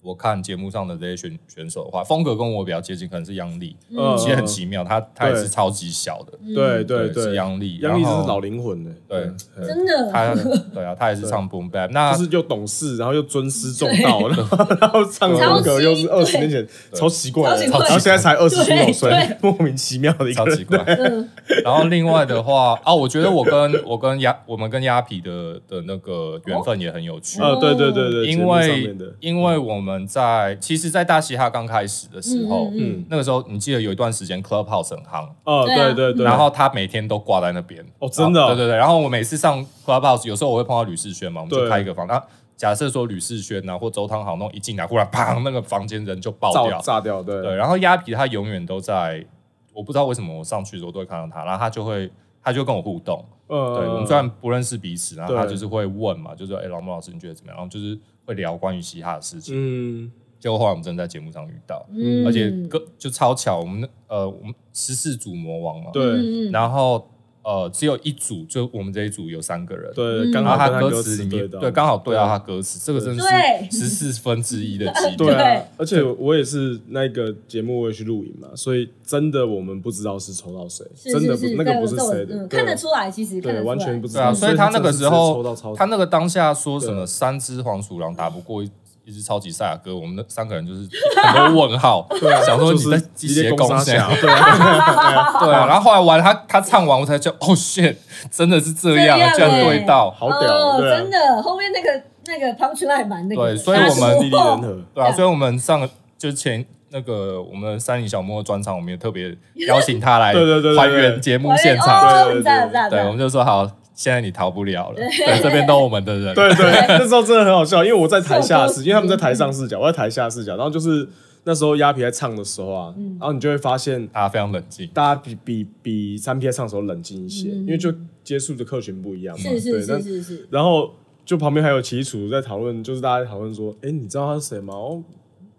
Speaker 3: 我看节目上的这些选选手的话，风格跟我比较接近，可能是央丽，
Speaker 2: 嗯
Speaker 3: 其实很奇妙，他他也
Speaker 2: 对
Speaker 3: 是超级小的，
Speaker 2: 嗯对对
Speaker 3: 是
Speaker 2: 对，
Speaker 3: 央丽，
Speaker 2: 杨丽是
Speaker 3: 然后
Speaker 2: 老灵魂的，
Speaker 3: 对
Speaker 2: 嗯
Speaker 1: 真
Speaker 2: (laughs)
Speaker 1: 的，
Speaker 3: 他对啊，他也是唱 boom bap，那
Speaker 2: 就是又懂事，然后又尊师重道，然后
Speaker 3: (laughs)
Speaker 2: 然后唱的风格又是
Speaker 1: 超
Speaker 2: 二
Speaker 1: 级
Speaker 2: 十年前超奇怪的，然
Speaker 1: 超奇怪
Speaker 2: 后现在才二十出头岁
Speaker 1: 对，
Speaker 2: (laughs) 莫名其妙的一个
Speaker 3: 超奇
Speaker 2: (laughs) 人。
Speaker 3: 怪。
Speaker 1: 嗯，
Speaker 3: (laughs) 然后另外的话啊，我觉得我跟我跟鸭我们跟鸭皮的的那个缘分也很有趣，
Speaker 2: 呃，对对对对，节
Speaker 3: 因
Speaker 2: 目上
Speaker 3: 为
Speaker 2: 面的，嗯
Speaker 3: 因为我们在其实，在大嘻哈刚开始的时候，
Speaker 1: 嗯嗯
Speaker 2: 嗯，
Speaker 3: 那个时候你记得有一段时间 Clubhouse 很夯，
Speaker 2: 哦，
Speaker 1: 对啊
Speaker 2: 对对对，
Speaker 3: 然后他每天都挂在那边。啊
Speaker 2: 哦真的哦
Speaker 3: 对对对。然后我每次上 Clubhouse，有时候我会碰到吕世轩嘛，我们就
Speaker 2: 对
Speaker 3: 开一个房。那假设说吕世轩啊或周汤豪那种一进来，忽 (laughs) 然砰，那个房间人就爆
Speaker 2: 炸
Speaker 3: 掉。
Speaker 2: 炸掉，对
Speaker 3: 对，然后鸭皮他永远都在，我不知道为什么我上去的时候都会看到他，然后他就会他就跟我互动。
Speaker 2: 呃
Speaker 3: 对，我们虽然不认识彼此，然后他
Speaker 2: 对
Speaker 3: 就是会问嘛，就是哎，老莫老师你觉得怎么样？然后就是会聊关于嘻哈的事情。
Speaker 2: 嗯，
Speaker 3: 结果后来我们真的在节目上遇到，
Speaker 1: 嗯
Speaker 3: 而且个就超巧，我们那呃我们十四组魔王嘛，
Speaker 2: 对
Speaker 1: 嗯嗯
Speaker 3: 然后呃只有一组，就我们这一组有三个人，，
Speaker 2: 对，
Speaker 1: 嗯
Speaker 2: 刚
Speaker 3: 然
Speaker 2: 好
Speaker 3: 后他
Speaker 2: 跟
Speaker 3: 歌
Speaker 2: 歌
Speaker 3: 词里
Speaker 2: 对
Speaker 3: 面
Speaker 2: 到
Speaker 3: 对刚好对到他歌词，这个真的
Speaker 1: 对
Speaker 3: 是十四分之
Speaker 1: (laughs)
Speaker 3: 一的级别，
Speaker 2: 对啊
Speaker 1: 对，
Speaker 2: 而且我也是那个节目，我也去录影嘛，所以真的我们不知道是抽到谁，
Speaker 1: 是
Speaker 2: 真的不
Speaker 1: 是是
Speaker 2: 那个不是
Speaker 1: 这我
Speaker 2: 谁的，
Speaker 1: 嗯看得
Speaker 2: 对
Speaker 1: 出来，其实看得
Speaker 2: 对，
Speaker 1: 出来，
Speaker 2: 完全不知
Speaker 3: 对啊，
Speaker 2: 道，
Speaker 3: 所以
Speaker 2: 他
Speaker 3: 他那个时
Speaker 2: 抽到超
Speaker 3: 候，他那个当下说什
Speaker 2: 对
Speaker 3: 么三只黄鼠狼打不过一一只超级赛亚哥，我们那三个人就是很多问
Speaker 2: (laughs)
Speaker 3: 号，
Speaker 2: 对啊，
Speaker 3: 想说你
Speaker 2: 就
Speaker 3: 在
Speaker 2: 是
Speaker 3: 鸡
Speaker 2: 直接
Speaker 3: 血
Speaker 2: 攻
Speaker 3: 攻
Speaker 2: 杀
Speaker 3: 谁啊
Speaker 2: 下，对啊，
Speaker 1: (laughs)
Speaker 3: 对啊，然后后来完他他唱完我才 (laughs) 觉得，哦 shit，真的是这样
Speaker 1: 这样
Speaker 3: 啊，居然
Speaker 1: 欸
Speaker 3: 对到，
Speaker 2: 好屌，
Speaker 1: 哦，
Speaker 2: 对啊
Speaker 1: 真的，啊后面那个那个 punch line 蛮那个的，哎
Speaker 3: 对所以我们
Speaker 1: 大叔
Speaker 2: 地利人和，
Speaker 3: 对啊，
Speaker 1: 对
Speaker 3: 所以我们上个就是前那个我们三林小莫的专场，我们也特别邀请他来
Speaker 2: (laughs) 对对对对对
Speaker 3: 还原节目现场。
Speaker 2: 对
Speaker 1: 哦，
Speaker 2: 对对
Speaker 1: 很赞很赞，
Speaker 3: 对，我们就说好，现在你逃不了了，对，这边都我们的人。
Speaker 2: 对对，那时候真的很好笑，因为我在台下
Speaker 1: 这首歌嗯
Speaker 2: 视，因为他们在台上视角，我在台下视角，然后就是那时候鸭皮在唱的时候啊，
Speaker 1: 嗯
Speaker 2: 然后你就会发现
Speaker 3: 大家非常冷静，
Speaker 2: 大家比比比三 P 在唱的时候冷静一些，因
Speaker 1: 嗯
Speaker 2: 为就接触的客群不一样嘛，
Speaker 1: 是是
Speaker 2: 对，那
Speaker 1: 是是是，
Speaker 2: 然后就旁边还有齐楚在讨论，就是大家讨论说，哎，你知道他是谁吗？哦，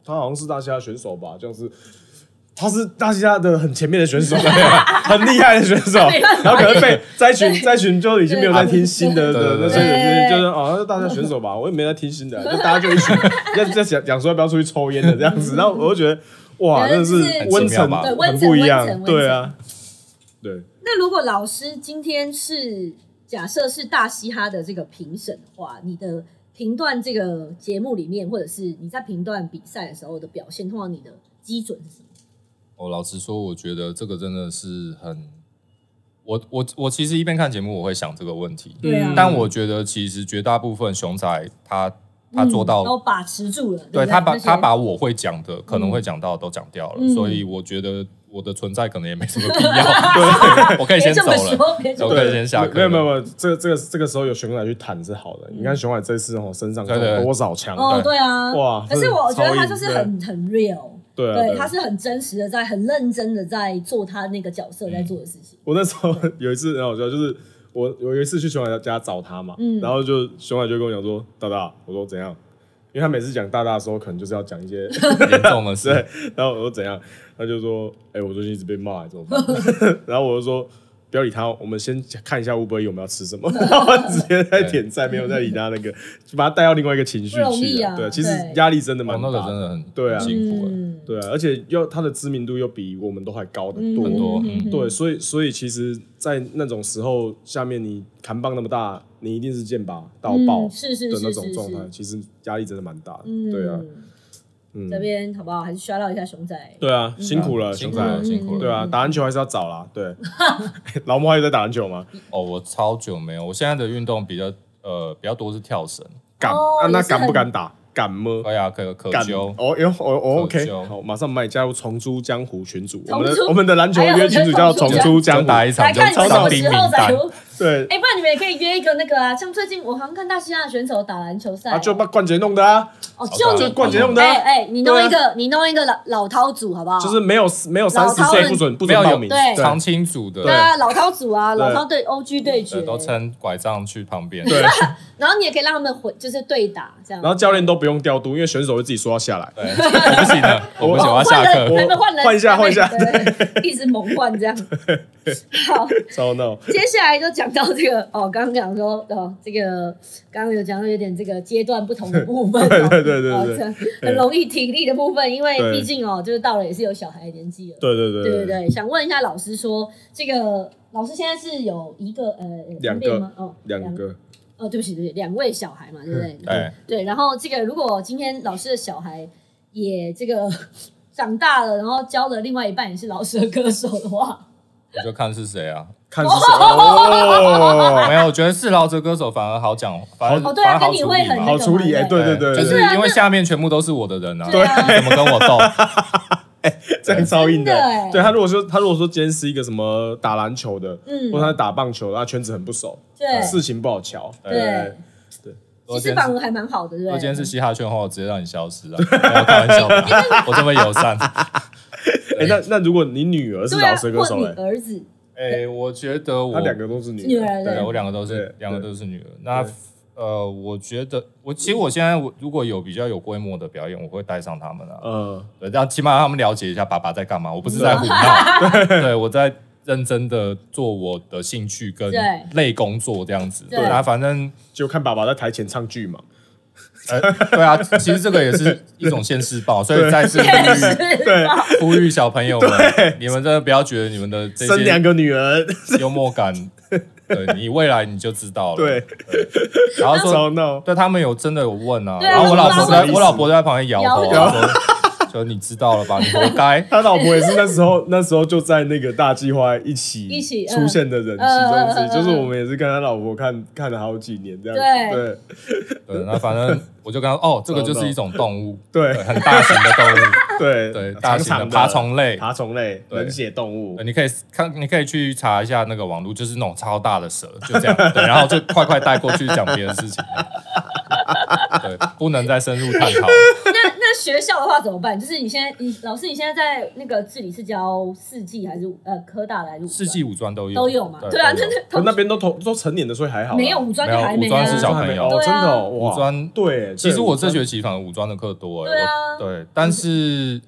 Speaker 2: 他好像是大西亚选手吧，就是。他是大西亚的很前面的
Speaker 1: (laughs)
Speaker 2: 选手，很厉害的选手，
Speaker 1: 没办
Speaker 2: 然后
Speaker 1: 法
Speaker 2: 可能被这一群这一群就已经没有在听新的
Speaker 3: 对
Speaker 2: 的那
Speaker 3: 对对
Speaker 2: 些人，
Speaker 1: 对
Speaker 2: 就是哦，那大家选手吧，我也没在听新的，就大家就一
Speaker 1: (laughs)
Speaker 2: 群要在讲讲说要不要出去抽烟的这样子，然后我就觉得哇，
Speaker 1: 对
Speaker 2: 真的是
Speaker 1: 就是
Speaker 2: 温层
Speaker 3: 很
Speaker 1: 奇妙吧
Speaker 2: 很不一
Speaker 1: 对温
Speaker 2: 样，
Speaker 1: 层
Speaker 2: 对啊，对，
Speaker 1: 那如果老师今天是假设是大嘻哈的这个评审的话，你的评断这个节目里面，或者是你在评断比赛的时候的表现，通常你的基准是什么？
Speaker 3: 我老实说，我觉得这个真的是很，我我我其实一边看节目，我会想这个问题，
Speaker 1: 对啊
Speaker 3: 但我觉得其实绝大部分熊仔他他做到
Speaker 1: 嗯然后把持住了，
Speaker 3: 对
Speaker 1: 不
Speaker 3: 他把
Speaker 1: 那些
Speaker 3: 他把我会讲的可能会讲到的都讲掉了，
Speaker 1: 嗯
Speaker 3: 所以我觉得我的存在可能也没什么必
Speaker 1: (laughs)
Speaker 3: 要。对，我可
Speaker 1: 别
Speaker 3: 以先
Speaker 1: 这
Speaker 3: 走
Speaker 1: 么
Speaker 3: 了。
Speaker 1: 说，别这么
Speaker 3: 我
Speaker 1: 说
Speaker 3: 可以先下课
Speaker 2: 没有没有没有，这个这个这个时候有熊仔去谈是好的。你看熊仔这次哦，身上
Speaker 3: 对对对
Speaker 2: 多少枪？
Speaker 1: 嗯哦，对啊，
Speaker 2: 哇
Speaker 1: 可是我觉得他就是
Speaker 2: 真的超硬
Speaker 1: 很很 real。
Speaker 2: 对啊
Speaker 1: 对，
Speaker 2: 对
Speaker 1: 他是很真实的在，很认真的在做他那个角
Speaker 3: 嗯
Speaker 1: 色在做的事情。
Speaker 2: 我那时候有一次很好笑，就是我我有一次去熊仔家找他嘛，
Speaker 1: 嗯
Speaker 2: 然后就熊仔就跟我讲说：“大大，我说怎样？因为他每次讲大大的时候，可能就是要讲一些， (laughs)
Speaker 3: 严重的事。
Speaker 2: 然后我说怎样，他就说，哎、我最近一直被骂，怎么办？ (laughs) 然后我就说。不要理他，我们先看一下乌龟有没有吃什
Speaker 1: 嗯
Speaker 2: (laughs) 么，然后直接在点菜，没有再理他那个，就把他带到另外一个情绪
Speaker 1: 不容易
Speaker 2: 去
Speaker 1: 啊
Speaker 2: 对，其实
Speaker 1: 对
Speaker 2: 压力真的蛮
Speaker 3: 哦，
Speaker 2: 大
Speaker 3: 那个真的很
Speaker 2: 对啊
Speaker 3: 很辛苦了。
Speaker 1: 嗯，
Speaker 2: 对啊，而且又他的知名度又比我们都还高得多，
Speaker 3: 很多嗯
Speaker 2: 对，所以所以其实，在那种时候下面你扛棒那么大，你一定是剑拔到爆
Speaker 1: 嗯是是
Speaker 2: 的那
Speaker 1: 是
Speaker 2: 种
Speaker 1: 是
Speaker 2: 状态，
Speaker 1: 是
Speaker 2: 其实压力真的蛮大的，
Speaker 1: 嗯，
Speaker 2: 对啊，
Speaker 1: 这边嗯好不好？还是刷到一下熊仔，
Speaker 2: 对啊，辛苦了，现
Speaker 3: 辛苦
Speaker 2: 在
Speaker 1: 嗯
Speaker 3: 了，。辛苦了。
Speaker 2: 对啊，打篮球还是要早啦。
Speaker 1: (laughs)
Speaker 2: 对，老莫还有在打篮球吗？
Speaker 3: 哦，我超久没有，我现在的运动比较呃比较多是跳绳，
Speaker 2: 敢
Speaker 1: 哦
Speaker 2: 啊？那
Speaker 1: 也是很
Speaker 2: 敢不敢打？敢吗？
Speaker 3: 可以啊，可可
Speaker 2: 敢
Speaker 3: 揪，
Speaker 2: 哦哟哦哦
Speaker 3: 可
Speaker 2: ，OK，
Speaker 3: 揪
Speaker 2: 好，马上帮你加入重出江湖群组。我
Speaker 1: 重
Speaker 2: 们
Speaker 1: 出
Speaker 2: 的我们的篮球
Speaker 1: 哎呀
Speaker 2: 约群组叫
Speaker 1: 重
Speaker 2: 重
Speaker 1: 出
Speaker 2: 出江
Speaker 3: 就打
Speaker 2: 湖。
Speaker 3: 一场
Speaker 1: 来
Speaker 3: 就
Speaker 1: 看你们什
Speaker 3: 上
Speaker 1: 么
Speaker 3: 兵
Speaker 1: 时
Speaker 3: 名
Speaker 1: 候
Speaker 3: 单
Speaker 1: 再。。
Speaker 2: 对，
Speaker 1: 哎，不然你们也可以约一个那个啊，像最近我好像看大西亚选手打篮球赛
Speaker 2: 啊，，就把冠杰弄的啊，
Speaker 1: 哦，就
Speaker 2: 就
Speaker 1: 你
Speaker 2: 是冠杰弄的
Speaker 1: 哎
Speaker 2: 啊，
Speaker 1: 哎，你弄一个，你弄一个老老涛组好不好？
Speaker 2: 就是没有没有三十
Speaker 1: 老
Speaker 2: 岁
Speaker 1: 饕
Speaker 2: 不准不
Speaker 3: 没
Speaker 2: 准
Speaker 3: 有
Speaker 2: 报
Speaker 3: 有
Speaker 2: 名，
Speaker 1: 对
Speaker 3: 常青组
Speaker 1: 对
Speaker 3: 的，
Speaker 1: 啊，老涛组啊，
Speaker 2: 对
Speaker 1: 老涛对 OG 对决
Speaker 3: 对，，都撑拐杖去旁边。 (laughs)
Speaker 2: 对，
Speaker 1: 然后你也可以让他们回，就是对打这样。
Speaker 2: 然后教练都不用调度，因为选手会自己说要下来。
Speaker 3: 对，我不
Speaker 2: (laughs)
Speaker 3: 行了，我不行，我要下
Speaker 1: 哦换人
Speaker 3: 课。
Speaker 1: 还没换人，
Speaker 2: 换一下
Speaker 1: 还没
Speaker 2: 换一下
Speaker 1: 对，一直猛换这样。好，
Speaker 2: 超闹，
Speaker 1: 接下来就讲到这
Speaker 2: (laughs)
Speaker 1: 个哦，刚刚讲说哦，这个刚刚有讲到有点这个阶段不同的部分，对
Speaker 2: (laughs) 对对对对
Speaker 1: 哦，这很容易体力的部分，因为
Speaker 2: 对
Speaker 1: 毕竟哦，就是到了也是有小孩的年纪了，
Speaker 2: 对对对
Speaker 1: 对对对，想问一下老师说，这个老师现在是有一个呃
Speaker 2: 两
Speaker 1: 方便
Speaker 2: 个
Speaker 1: 吗？哦，
Speaker 2: 两个嗯哎
Speaker 1: 哦，对不起对不起，两位小孩嘛，对不对？
Speaker 3: 对，
Speaker 1: 对，然后这个如果今天老师的小孩也这个长大了，然后教的另外一半也是老师的歌手的话，
Speaker 3: 你就看是谁啊。
Speaker 1: (laughs)
Speaker 2: 看是谁哦，
Speaker 3: 没有，我觉得是老者歌手反而好讲，反而
Speaker 1: 哦对啊
Speaker 3: 反而好
Speaker 1: 跟你
Speaker 3: 处
Speaker 1: 会
Speaker 3: 理
Speaker 1: 很
Speaker 3: 嘛
Speaker 2: 好处理哎，对对对，对
Speaker 3: 就是
Speaker 2: 对
Speaker 3: 因为下面全部都是我的人啊，
Speaker 1: 啊对啊
Speaker 3: 你怎么跟
Speaker 1: (laughs)
Speaker 3: 我斗？
Speaker 2: 这样超硬
Speaker 1: 真的哎
Speaker 2: 对他如果说他如果说今天是一个什么打篮球的，
Speaker 1: 嗯
Speaker 2: 或者他打棒球的，他圈子很不熟，
Speaker 1: 对
Speaker 2: 事情不好瞧，
Speaker 3: 啊对
Speaker 1: 对，
Speaker 3: 我
Speaker 1: 其实欸
Speaker 3: 今天
Speaker 1: 反
Speaker 3: 是
Speaker 1: 而还蛮好的，对不
Speaker 3: 我
Speaker 1: 对？
Speaker 3: 今天是嘻哈圈的话，我直接让你消失啊！没有开玩
Speaker 1: (laughs)
Speaker 3: 笑的，我这么友善。
Speaker 2: 哎，那那如果你女儿是
Speaker 1: 对
Speaker 2: 老
Speaker 1: 啊，
Speaker 2: 舌歌
Speaker 1: 或
Speaker 2: 手
Speaker 1: 你
Speaker 2: 嘞，
Speaker 3: 欸
Speaker 1: 儿
Speaker 3: (laughs)
Speaker 1: 子，
Speaker 3: 哎，我觉得我
Speaker 2: 他两个都是女
Speaker 1: 女
Speaker 2: 儿，
Speaker 1: 儿
Speaker 3: 对
Speaker 1: 对
Speaker 3: 我两个都是
Speaker 2: 对
Speaker 3: 两个
Speaker 2: 对
Speaker 3: 都是女儿。那呃，我觉得我其实我现在我如果有比较有规模的表演，我会带上他们啊，
Speaker 2: 呃，
Speaker 3: 对让起码让他们了解一下爸爸在干嘛。我不是在胡
Speaker 1: 啊 (laughs)
Speaker 3: 闹，对我在认真的做我的兴趣跟
Speaker 1: 对
Speaker 3: 类工作这样子。
Speaker 1: 对
Speaker 3: 那反正
Speaker 2: 就看爸爸在台前唱剧嘛，
Speaker 3: 呃，对啊，其实这个也是一种现世报，所以再次呼
Speaker 1: 也
Speaker 3: 吁
Speaker 1: 是
Speaker 2: 对，
Speaker 3: 呼吁小朋友们，你们真的不要觉得你们的这
Speaker 2: 生两
Speaker 3: 些
Speaker 2: 个女儿， (laughs)
Speaker 3: 幽默感，对你未来你就知道了。
Speaker 2: 对，
Speaker 3: 然后说，
Speaker 2: 超闹，
Speaker 3: 对他们有真的有问啊，
Speaker 1: 对啊
Speaker 3: 然后我老
Speaker 1: 我
Speaker 3: 婆
Speaker 1: 老婆
Speaker 3: 在
Speaker 1: 也
Speaker 3: 我老婆在旁边摇头啊，
Speaker 2: 摇
Speaker 3: 说说你知道了吧，你活该
Speaker 2: (laughs) 。他老婆也是那时候那时候就在那个大计划一起
Speaker 1: 一起嗯
Speaker 2: 出现的人其
Speaker 1: 嗯
Speaker 2: 中之
Speaker 1: 嗯嗯嗯
Speaker 2: 一，就是我们也是跟他老婆看看了好几年这样
Speaker 1: 对
Speaker 2: 子，
Speaker 3: 对，那反正我就跟他哦，这个就是一种动物，
Speaker 2: 对
Speaker 3: 对，很大型的动物，
Speaker 2: 对 (laughs)
Speaker 3: 对，大
Speaker 2: 长
Speaker 3: 型的
Speaker 2: 长
Speaker 3: 爬虫类。
Speaker 2: 爬虫类
Speaker 3: 对嗯
Speaker 2: 冷血动物
Speaker 3: 对，呃你可以看，你可以去查一下那个网络，就是那种超大的蛇，就这样，对，然后就快快带过去讲别的事情，对，不能再深入探讨了。
Speaker 1: 那那学校的话怎么办？就是你现在，你老师你现在在那个治理是教四季还是呃科大的还是五专
Speaker 3: 世纪武专都有
Speaker 1: 都有嘛？对
Speaker 3: 对
Speaker 1: 啊，
Speaker 3: 都
Speaker 1: 那
Speaker 3: 有哦
Speaker 1: 那
Speaker 2: 可
Speaker 1: 同
Speaker 2: 那边都同都成年的，所以还好啦。
Speaker 1: 没有五专就
Speaker 3: 没有
Speaker 1: 还没
Speaker 3: 五专
Speaker 1: 啊
Speaker 3: 是小朋友
Speaker 2: 哦，
Speaker 1: 对啊
Speaker 2: 真的哦哇，
Speaker 3: 武专
Speaker 2: 对，
Speaker 3: 其实我这
Speaker 2: 对
Speaker 3: 学期反而武专的课多哎、
Speaker 1: 对
Speaker 3: 我
Speaker 1: 啊
Speaker 3: 对，但是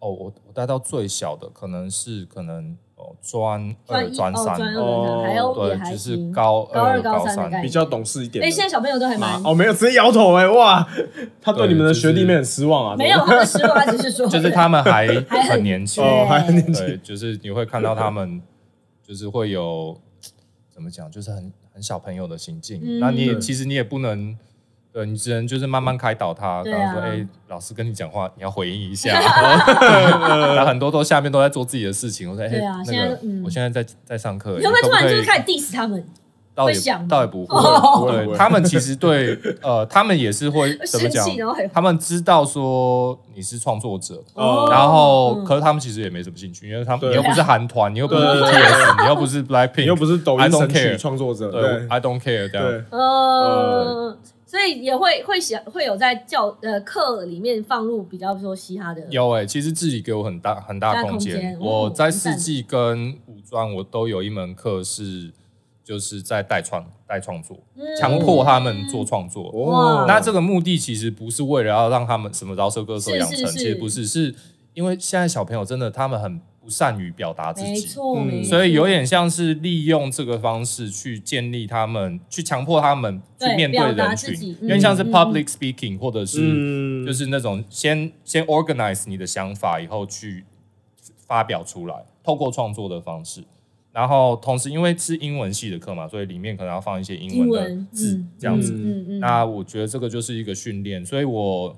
Speaker 3: 哦，我我带到最小的可能是可能哦专
Speaker 1: 专
Speaker 3: 二
Speaker 1: 一
Speaker 3: 专三
Speaker 1: 哦，，专二
Speaker 2: 哦
Speaker 1: 专三还有也
Speaker 3: 对，
Speaker 1: 还
Speaker 3: 只是
Speaker 1: 行。
Speaker 3: 高
Speaker 1: 高二高
Speaker 3: 高
Speaker 1: 三的概
Speaker 2: 比
Speaker 1: 念
Speaker 2: 较懂事一点
Speaker 1: 哎，现在
Speaker 2: 的。
Speaker 1: 小朋友都还蛮
Speaker 2: 哦，没有直接摇头哎，哇，他对
Speaker 3: 对
Speaker 2: 你们的
Speaker 3: 就是
Speaker 2: 学弟妹很失望啊。
Speaker 1: 没有，他们失落，他只是说
Speaker 3: 哦就是他们还
Speaker 1: 还很
Speaker 3: 很年轻
Speaker 2: 怎，么办哦，还很年
Speaker 3: 对，
Speaker 1: (laughs)
Speaker 2: 轻，
Speaker 3: 就是你会看到他们就是会有怎么讲，就是很很小朋友的行径，
Speaker 1: 嗯
Speaker 3: 那你也
Speaker 2: 对
Speaker 3: 其实你也不能。对你只能就是慢慢开导他，
Speaker 1: 对
Speaker 3: 跟
Speaker 1: 啊
Speaker 3: 他说：“哎、老师跟你讲话，你要回应
Speaker 1: (laughs)
Speaker 3: 一下。” (laughs) 他很多都下面都在做自己的事情。我说：“哎、
Speaker 1: 啊对啊
Speaker 3: 那
Speaker 1: 现
Speaker 3: 个
Speaker 1: 在嗯
Speaker 3: 我现在在在上
Speaker 1: (laughs)
Speaker 3: 课。”哎
Speaker 1: 你会不会突
Speaker 3: 可
Speaker 1: 然就是
Speaker 3: 以
Speaker 1: 开始 diss 他们？
Speaker 3: 倒也
Speaker 1: 会想吗
Speaker 3: 倒也不会，
Speaker 2: 哦不会不
Speaker 3: 对
Speaker 2: 会
Speaker 3: 他们其实对呃，他们也是会怎
Speaker 1: (laughs) 生
Speaker 3: 么讲哦
Speaker 1: 气，？然后还
Speaker 3: 他们知道说你是创作者，
Speaker 2: 哦
Speaker 3: 然后，
Speaker 1: 嗯
Speaker 3: 可是他们其实也没什么兴趣，因为他们
Speaker 2: 对
Speaker 3: 你又不是韩团，你又不是
Speaker 2: 对
Speaker 3: BTS，你又不是 Blackpink，
Speaker 2: 你又不是抖音
Speaker 3: I don't
Speaker 2: 神曲
Speaker 3: care
Speaker 2: 创作者，
Speaker 3: 对
Speaker 2: 对
Speaker 3: ，I don't care 这样
Speaker 2: 对。
Speaker 1: 呃，所以也会会想会有在教呃课里面放入比较说嘻哈的，
Speaker 3: 有哎、其实自己给我很大很大
Speaker 1: 大
Speaker 3: 空
Speaker 1: 空间
Speaker 3: 间。
Speaker 1: 哦
Speaker 3: 我在
Speaker 1: 很赞
Speaker 3: 四季跟五专我都有一门课是就是在带创带创作，
Speaker 1: 嗯
Speaker 3: 强迫他们做创作。
Speaker 2: 哦
Speaker 1: 哇
Speaker 3: 那这个目的其实不是为了要让他们什么饶舌歌手
Speaker 1: 是
Speaker 3: 养
Speaker 1: 是
Speaker 3: 成，
Speaker 1: 是
Speaker 3: 其实不是，是因为现在小朋友真的他们很不善于表达自
Speaker 1: 没
Speaker 3: 己，
Speaker 1: 错，
Speaker 2: 嗯
Speaker 1: 没错
Speaker 3: 所以有点像是利用这个方式去建立他们，去强迫他们去
Speaker 1: 对
Speaker 3: 面
Speaker 1: 表达
Speaker 3: 人
Speaker 1: 自己
Speaker 3: 群，
Speaker 1: 嗯
Speaker 3: 因为像是
Speaker 1: 嗯
Speaker 3: public speaking 或者是
Speaker 2: 嗯，
Speaker 3: 就是那种先先 organize 你的想法，以后去发表出来，透过创作的方式。然后同时，因为是英文系的课嘛，所以里面可能要放一些英
Speaker 1: 英
Speaker 3: 文
Speaker 1: 文
Speaker 3: 的字
Speaker 1: 嗯
Speaker 3: 这样子。
Speaker 1: 嗯嗯，
Speaker 3: 那我觉得这个就是一个训练，所以我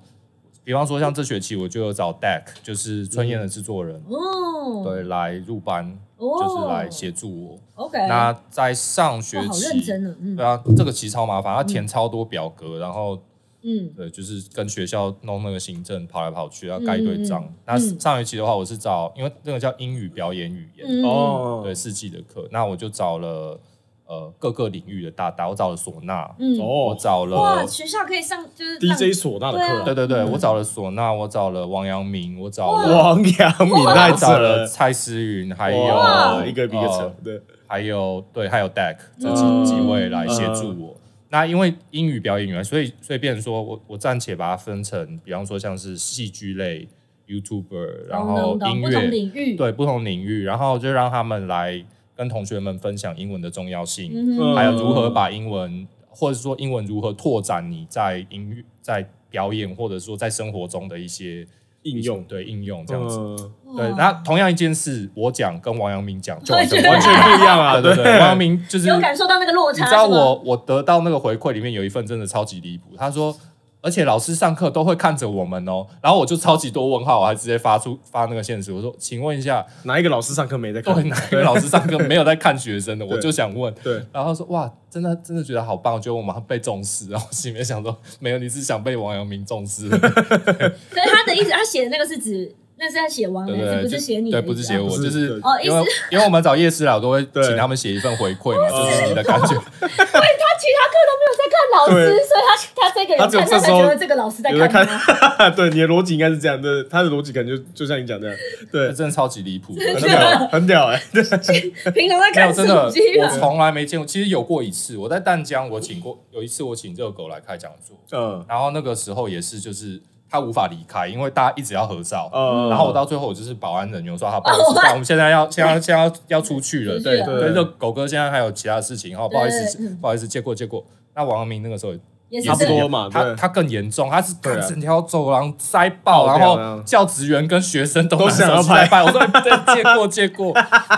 Speaker 3: 比方说像这学期我就有找 Deck，就是春燕的制作人，
Speaker 1: 哦，
Speaker 3: 对，来入班，
Speaker 1: 哦，
Speaker 3: 就是来协助我。
Speaker 1: OK，
Speaker 3: 那在上
Speaker 1: 哇
Speaker 3: 学
Speaker 1: 好认
Speaker 3: 期，
Speaker 1: 真呢，嗯
Speaker 3: 对啊，这个其实超麻烦，要填超多表格，然后
Speaker 1: 嗯，
Speaker 3: 对，就是跟学校弄那个行政跑来跑去，要盖一堆章
Speaker 1: 嗯嗯。
Speaker 3: 那上学期的话，我是找因为那个叫英语表演语言，
Speaker 1: 嗯
Speaker 2: 哦，
Speaker 3: 对，四季的课，那我就找了呃各个领域的大大，我找了唢呐，
Speaker 1: 嗯，
Speaker 3: 我
Speaker 2: 哦
Speaker 3: 找
Speaker 1: 哇，
Speaker 3: 了。
Speaker 1: 学校可以上就是让
Speaker 2: ，DJ 唢呐的
Speaker 1: 对啊
Speaker 2: 课
Speaker 3: 对
Speaker 2: 啊，
Speaker 3: 对对，我找了唢呐，我找了王阳明，我找了
Speaker 2: 王阳明太
Speaker 3: 还
Speaker 2: 扯
Speaker 3: 找了
Speaker 2: 了，
Speaker 3: 蔡思云，还
Speaker 2: 哇
Speaker 3: 有
Speaker 2: 一个比一个扯
Speaker 3: 呃，
Speaker 2: 对，
Speaker 3: 还有对，还有 Deck 这几、
Speaker 2: 嗯
Speaker 3: 几位来协助我。那因为英语表演员，所以所以变成说我我暂且把它分成，比方说像是戏剧类 YouTuber，然后
Speaker 1: 懂懂懂
Speaker 3: 音
Speaker 1: 不同
Speaker 3: 乐
Speaker 1: 领域，
Speaker 3: 对不同领域，然后就让他们来跟同学们分享英文的重要性，
Speaker 1: 嗯哼，
Speaker 2: 嗯
Speaker 3: 还有如何把英文或者说英文如何拓展你在音乐在表演或者说在生活中的一些
Speaker 2: 应用
Speaker 3: 对应用这样子。
Speaker 2: 子，
Speaker 3: 对，
Speaker 1: 哇
Speaker 3: 那同样一件事，我讲跟王阳明讲就完全
Speaker 1: 完全
Speaker 2: 不一样啊
Speaker 3: (laughs) 对
Speaker 2: 对
Speaker 3: 对对，王阳明就是
Speaker 1: 有感受到那个落
Speaker 3: 你
Speaker 1: 差，
Speaker 3: 知道
Speaker 1: 是吗
Speaker 3: 我我得到那个回馈里面有一份真的超级离谱，他说，而且老师上课都会看着我们哦，然后我就超级多问号，我还直接发出发那个现实，我说，请问一下，
Speaker 2: 哪一个老师上课没在
Speaker 3: 各
Speaker 2: 看
Speaker 3: 位？哪一个老师上课没有在看学生的？我就想问。
Speaker 2: 对，
Speaker 3: 然后他说哇，真的真的觉得好棒，我觉得我马上被重视。然后我心里面想说，没有，你是想被王阳明重视，
Speaker 1: 哦
Speaker 3: 对
Speaker 1: 可是他的意思，他写的那个是指，那是他写王的
Speaker 3: 不
Speaker 1: 意思，
Speaker 3: 对？
Speaker 1: 不是写你
Speaker 3: 对，
Speaker 1: 的意思啊，
Speaker 3: 不是写我，
Speaker 2: 不是
Speaker 3: 就是
Speaker 2: 对
Speaker 1: 哦，意
Speaker 3: 因
Speaker 1: 思
Speaker 3: 为因为我们找夜市老都会
Speaker 2: 对哦
Speaker 3: 请他们写一份回馈嘛，
Speaker 2: 是
Speaker 3: 这是你的感觉。
Speaker 1: 他其他课都没有在看老师，
Speaker 2: 对
Speaker 1: 所以他他这个人
Speaker 2: 他只有
Speaker 1: 看他
Speaker 2: 这
Speaker 1: 才
Speaker 2: 时候
Speaker 1: 觉得这个老师在
Speaker 2: 有在
Speaker 1: 看
Speaker 2: 看
Speaker 1: 他。
Speaker 2: (laughs) 对，你的逻辑应该是这样的，他的逻辑可能就就像你讲的，
Speaker 1: (laughs)
Speaker 2: 对，
Speaker 3: 真的超级离谱的，
Speaker 2: 很
Speaker 3: 那个
Speaker 2: 屌，很屌哎，对，
Speaker 3: (laughs)
Speaker 1: 平常在
Speaker 3: 没有
Speaker 1: 看
Speaker 3: 真的，
Speaker 1: 手机
Speaker 3: 我
Speaker 2: (laughs)
Speaker 1: 啊，
Speaker 3: 从来没见过。其实有过一次，我在淡江，我请过有一次，我请热狗来开讲座，
Speaker 2: 嗯
Speaker 3: 然后那个时候也是，就是他无法离开，因为大家一直要合照。
Speaker 2: 嗯
Speaker 3: 然后我到最后，我就是保安人员，我说好，不好意思，
Speaker 1: 哦
Speaker 3: 不然我们现
Speaker 1: (laughs)
Speaker 3: 在要现在要现在要要出去了，
Speaker 1: 出去
Speaker 3: 对
Speaker 1: 了
Speaker 3: 对，
Speaker 2: 对
Speaker 3: 这狗哥现在还有其他事情，哦，不好意思
Speaker 1: 对，嗯
Speaker 3: 不好意思，借过借过。那王阳明那个时候
Speaker 1: 也是
Speaker 2: 差不
Speaker 1: 这个
Speaker 2: 多嘛，
Speaker 3: 他
Speaker 2: 对，
Speaker 3: 他更严重，他是
Speaker 2: 对啊
Speaker 3: 整条走廊塞爆，
Speaker 2: 爆
Speaker 3: 然
Speaker 2: 掉
Speaker 3: 后教职员跟学生都
Speaker 2: 都
Speaker 3: 拿
Speaker 2: 想
Speaker 3: 手
Speaker 2: 要
Speaker 3: 机
Speaker 2: 拍
Speaker 3: 在拍。我说对，借过借过，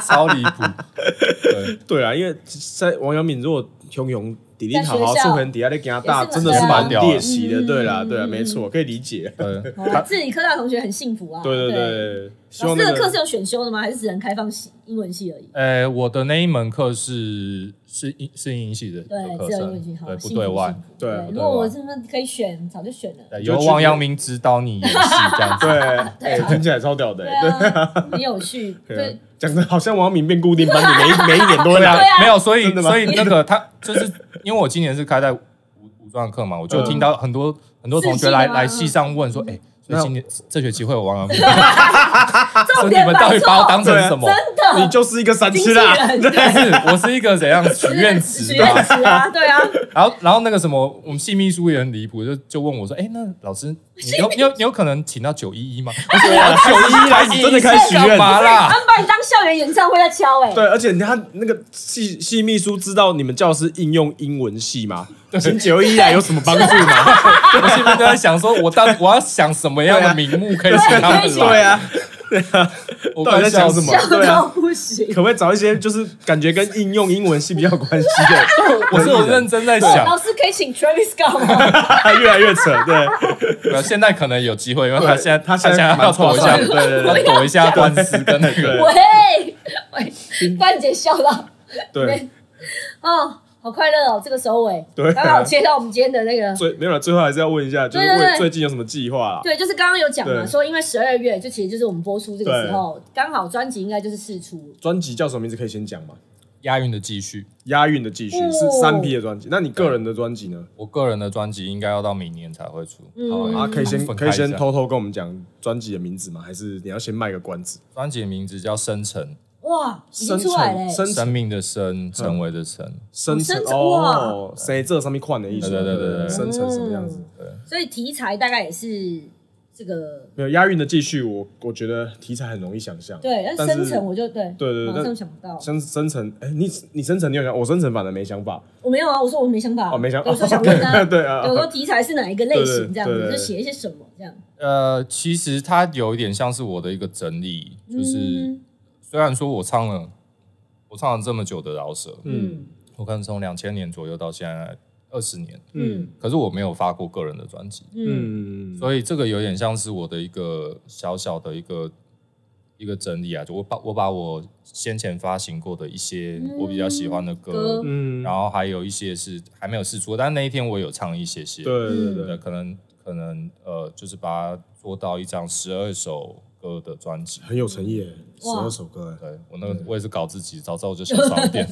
Speaker 3: 超离谱。对，
Speaker 2: 对啊，因为在王阳明如果熊熊底定好好
Speaker 1: 在学校
Speaker 2: 触痕底下在给他大，
Speaker 1: 也是蛮
Speaker 2: 真的是蛮
Speaker 3: 屌的
Speaker 2: 猎奇的，
Speaker 1: 嗯
Speaker 2: 对啦，对啊，
Speaker 1: 嗯
Speaker 2: 没错，可以理解，
Speaker 3: 对，
Speaker 1: 哦自己科大同学很幸福啊。
Speaker 2: 对对
Speaker 1: 对。
Speaker 2: 对，希
Speaker 1: 老
Speaker 2: 望
Speaker 1: 师
Speaker 2: 那
Speaker 1: 的课是
Speaker 2: 个
Speaker 1: 有选修的吗？还是只能开放系英文系而已？
Speaker 3: 呃，我的那一门课是是英是英系的
Speaker 1: 对，
Speaker 3: 课
Speaker 1: 只有英文系
Speaker 3: 程，
Speaker 1: 好。
Speaker 3: 对不
Speaker 1: 幸福
Speaker 3: 对外
Speaker 1: 幸福，
Speaker 2: 对
Speaker 1: 对
Speaker 2: 不，
Speaker 1: 如
Speaker 3: 对
Speaker 1: 果我
Speaker 3: 外
Speaker 1: 是不是可以选，早就选了。
Speaker 3: 对
Speaker 2: 就
Speaker 3: 由
Speaker 2: 去
Speaker 3: 王阳明指导你演戏
Speaker 2: (laughs)
Speaker 3: 这样子。
Speaker 2: 对，哎
Speaker 1: 对，啊
Speaker 2: 听起来超屌的，
Speaker 1: 对
Speaker 2: 哎
Speaker 1: 啊，
Speaker 2: (laughs)
Speaker 1: 很有趣。
Speaker 2: 对啊
Speaker 1: 对，，
Speaker 2: 讲的好像王阳明变固定班底，每每一年都会
Speaker 1: 对
Speaker 2: 来，
Speaker 1: 啊
Speaker 3: 没有，所以
Speaker 2: 真的吗
Speaker 3: 所以那个他就是因为我今年是开在武武专课嘛，我就听到很多很多同学
Speaker 1: 自己
Speaker 3: 来
Speaker 1: 的吗嗯
Speaker 3: 来系上问说，哎，所以
Speaker 2: 那
Speaker 3: 今年这学期会有王阳
Speaker 1: (laughs)
Speaker 3: 明，
Speaker 1: 重
Speaker 3: (laughs) 说你
Speaker 1: 点
Speaker 3: 们
Speaker 1: 摆
Speaker 3: 到底把我
Speaker 1: 错
Speaker 3: 当成什么？
Speaker 1: 真的，
Speaker 2: 你就是一个三
Speaker 1: 啊经
Speaker 2: 七
Speaker 1: 纪
Speaker 2: 啦，
Speaker 1: 人
Speaker 2: (laughs)
Speaker 3: 是我是一个怎样许
Speaker 1: (laughs)
Speaker 3: 愿
Speaker 1: 许
Speaker 3: 池
Speaker 1: 愿
Speaker 3: 吧？
Speaker 1: 池啊，
Speaker 2: (laughs)
Speaker 1: 对啊，
Speaker 3: 然后，然后那个什么，我们系秘书也很离谱，就就问我说：“哎，那老师，你有你有你有可能请到九一一吗？”我说：“我九一一来，
Speaker 2: 你真的开始许愿
Speaker 3: 干嘛啦
Speaker 1: 他们把你当校园演唱会在敲哎、
Speaker 2: 对，而且他那个系系秘书知道你们教的是应用英文系嘛，请九一来有什么帮助
Speaker 1: (laughs)
Speaker 2: 吗？？”
Speaker 3: (laughs) 我心里面就在想说，我到底我要想什么样的名目可以请他
Speaker 1: 对
Speaker 3: 们
Speaker 1: 对
Speaker 3: 来？
Speaker 2: 对啊，
Speaker 3: 我
Speaker 2: 到底在想什么
Speaker 3: 快笑死
Speaker 1: 笑到不行。
Speaker 2: 可不可以找一些就是感觉跟应用英文系比较有关系
Speaker 1: (laughs)
Speaker 2: 的？
Speaker 3: 我是有认真在
Speaker 1: 老
Speaker 3: 想，
Speaker 1: 师可以请 Travis Scott 吗？
Speaker 2: (laughs) 越来越扯，
Speaker 1: (laughs)
Speaker 2: 对，
Speaker 3: 呃现在可能有机会，因为他现在
Speaker 2: 他
Speaker 3: 现
Speaker 2: 现在
Speaker 3: 在要
Speaker 2: 蛮
Speaker 3: 躲一下，
Speaker 2: 创伤的对对
Speaker 3: 要
Speaker 2: 对
Speaker 3: 躲一下官司跟那个。
Speaker 1: (laughs) 喂喂，范姐笑到，
Speaker 2: 对，
Speaker 1: 哦，好快乐哦，这个收尾，
Speaker 2: (laughs) 对啊
Speaker 1: 刚好接到我们今天的那个，
Speaker 2: 最没有了，最后还是要问一下，就是
Speaker 1: 对对对
Speaker 2: 为最近有什么计划啊啦？
Speaker 1: 对，就是刚刚有讲嘛，
Speaker 2: 对
Speaker 1: 说因为十二月就其实就是我们播出这个时候，刚好专辑应该就是试出，
Speaker 2: 专辑叫什么名字？可以先讲吗？
Speaker 3: 押韵的继续，
Speaker 2: 押韵的继续
Speaker 1: 哦
Speaker 2: 是三 P 的专辑，那你个人的专辑呢？
Speaker 3: 我个人的专辑应该要到明年才会出。
Speaker 1: 嗯
Speaker 3: 好
Speaker 2: 啊，可以先
Speaker 3: 分
Speaker 2: 可
Speaker 3: 开一
Speaker 2: 以
Speaker 3: 下
Speaker 2: 先偷偷跟我们讲专辑的名字吗？还是你要先卖个关子？
Speaker 3: 专辑的名字叫《生辰》，
Speaker 1: 哦，哇，已经
Speaker 2: 生
Speaker 1: 出来欸
Speaker 2: 成
Speaker 1: 嘞，
Speaker 2: 生
Speaker 3: 生
Speaker 2: 成
Speaker 3: 命的生，成为的成，
Speaker 2: 生
Speaker 1: 生
Speaker 2: 成
Speaker 1: 成嗯
Speaker 2: 哦，谁这上面看的意思？
Speaker 3: 对对对对对
Speaker 2: 生成什么样子？
Speaker 1: 所以题材大概也是这个
Speaker 2: 没有押韵的继续，我我觉得题材很容易想象。
Speaker 1: 对，但
Speaker 2: 但是
Speaker 1: 生成我就对
Speaker 2: 对对对
Speaker 1: 马上
Speaker 2: 但
Speaker 1: 想不到，
Speaker 2: 生生成，哎，你你生成你有想，我生成反而没想法，
Speaker 1: 我没有啊，我说我没想法，
Speaker 2: 哦，没想，
Speaker 1: 我说
Speaker 2: 哦
Speaker 1: 想问他，
Speaker 2: (laughs) 对啊，
Speaker 1: 有时候题材是哪一个类型
Speaker 2: 对对
Speaker 1: 这样子，
Speaker 2: 对
Speaker 1: 就写一些什么这样，
Speaker 3: 呃，其实它有一点像是我的一个整理，就是
Speaker 1: 嗯
Speaker 3: 虽然说我唱了，我唱了这么久的饶舌，
Speaker 2: 嗯
Speaker 3: 我可能从两千年左右到现在二十年，
Speaker 2: 嗯
Speaker 3: 可是我没有发过个人的专辑，
Speaker 1: 嗯
Speaker 2: 嗯，
Speaker 3: 所以这个有点像是我的一个小小的一个一个整理啊，就我把我把我先前发行过的一些我比较喜欢的歌，
Speaker 1: 歌
Speaker 2: 嗯，
Speaker 3: 然后还有一些是还没有试出，但那一天我有唱一些些，
Speaker 2: 对对
Speaker 3: 对，
Speaker 2: 对，
Speaker 3: 可能可能呃，就是把它做到一张十二首歌的专辑。
Speaker 2: 很有诚意耶，十
Speaker 1: 哇
Speaker 2: 二首歌耶，
Speaker 3: 对我那个我也是搞自己，早知道我就想早一点，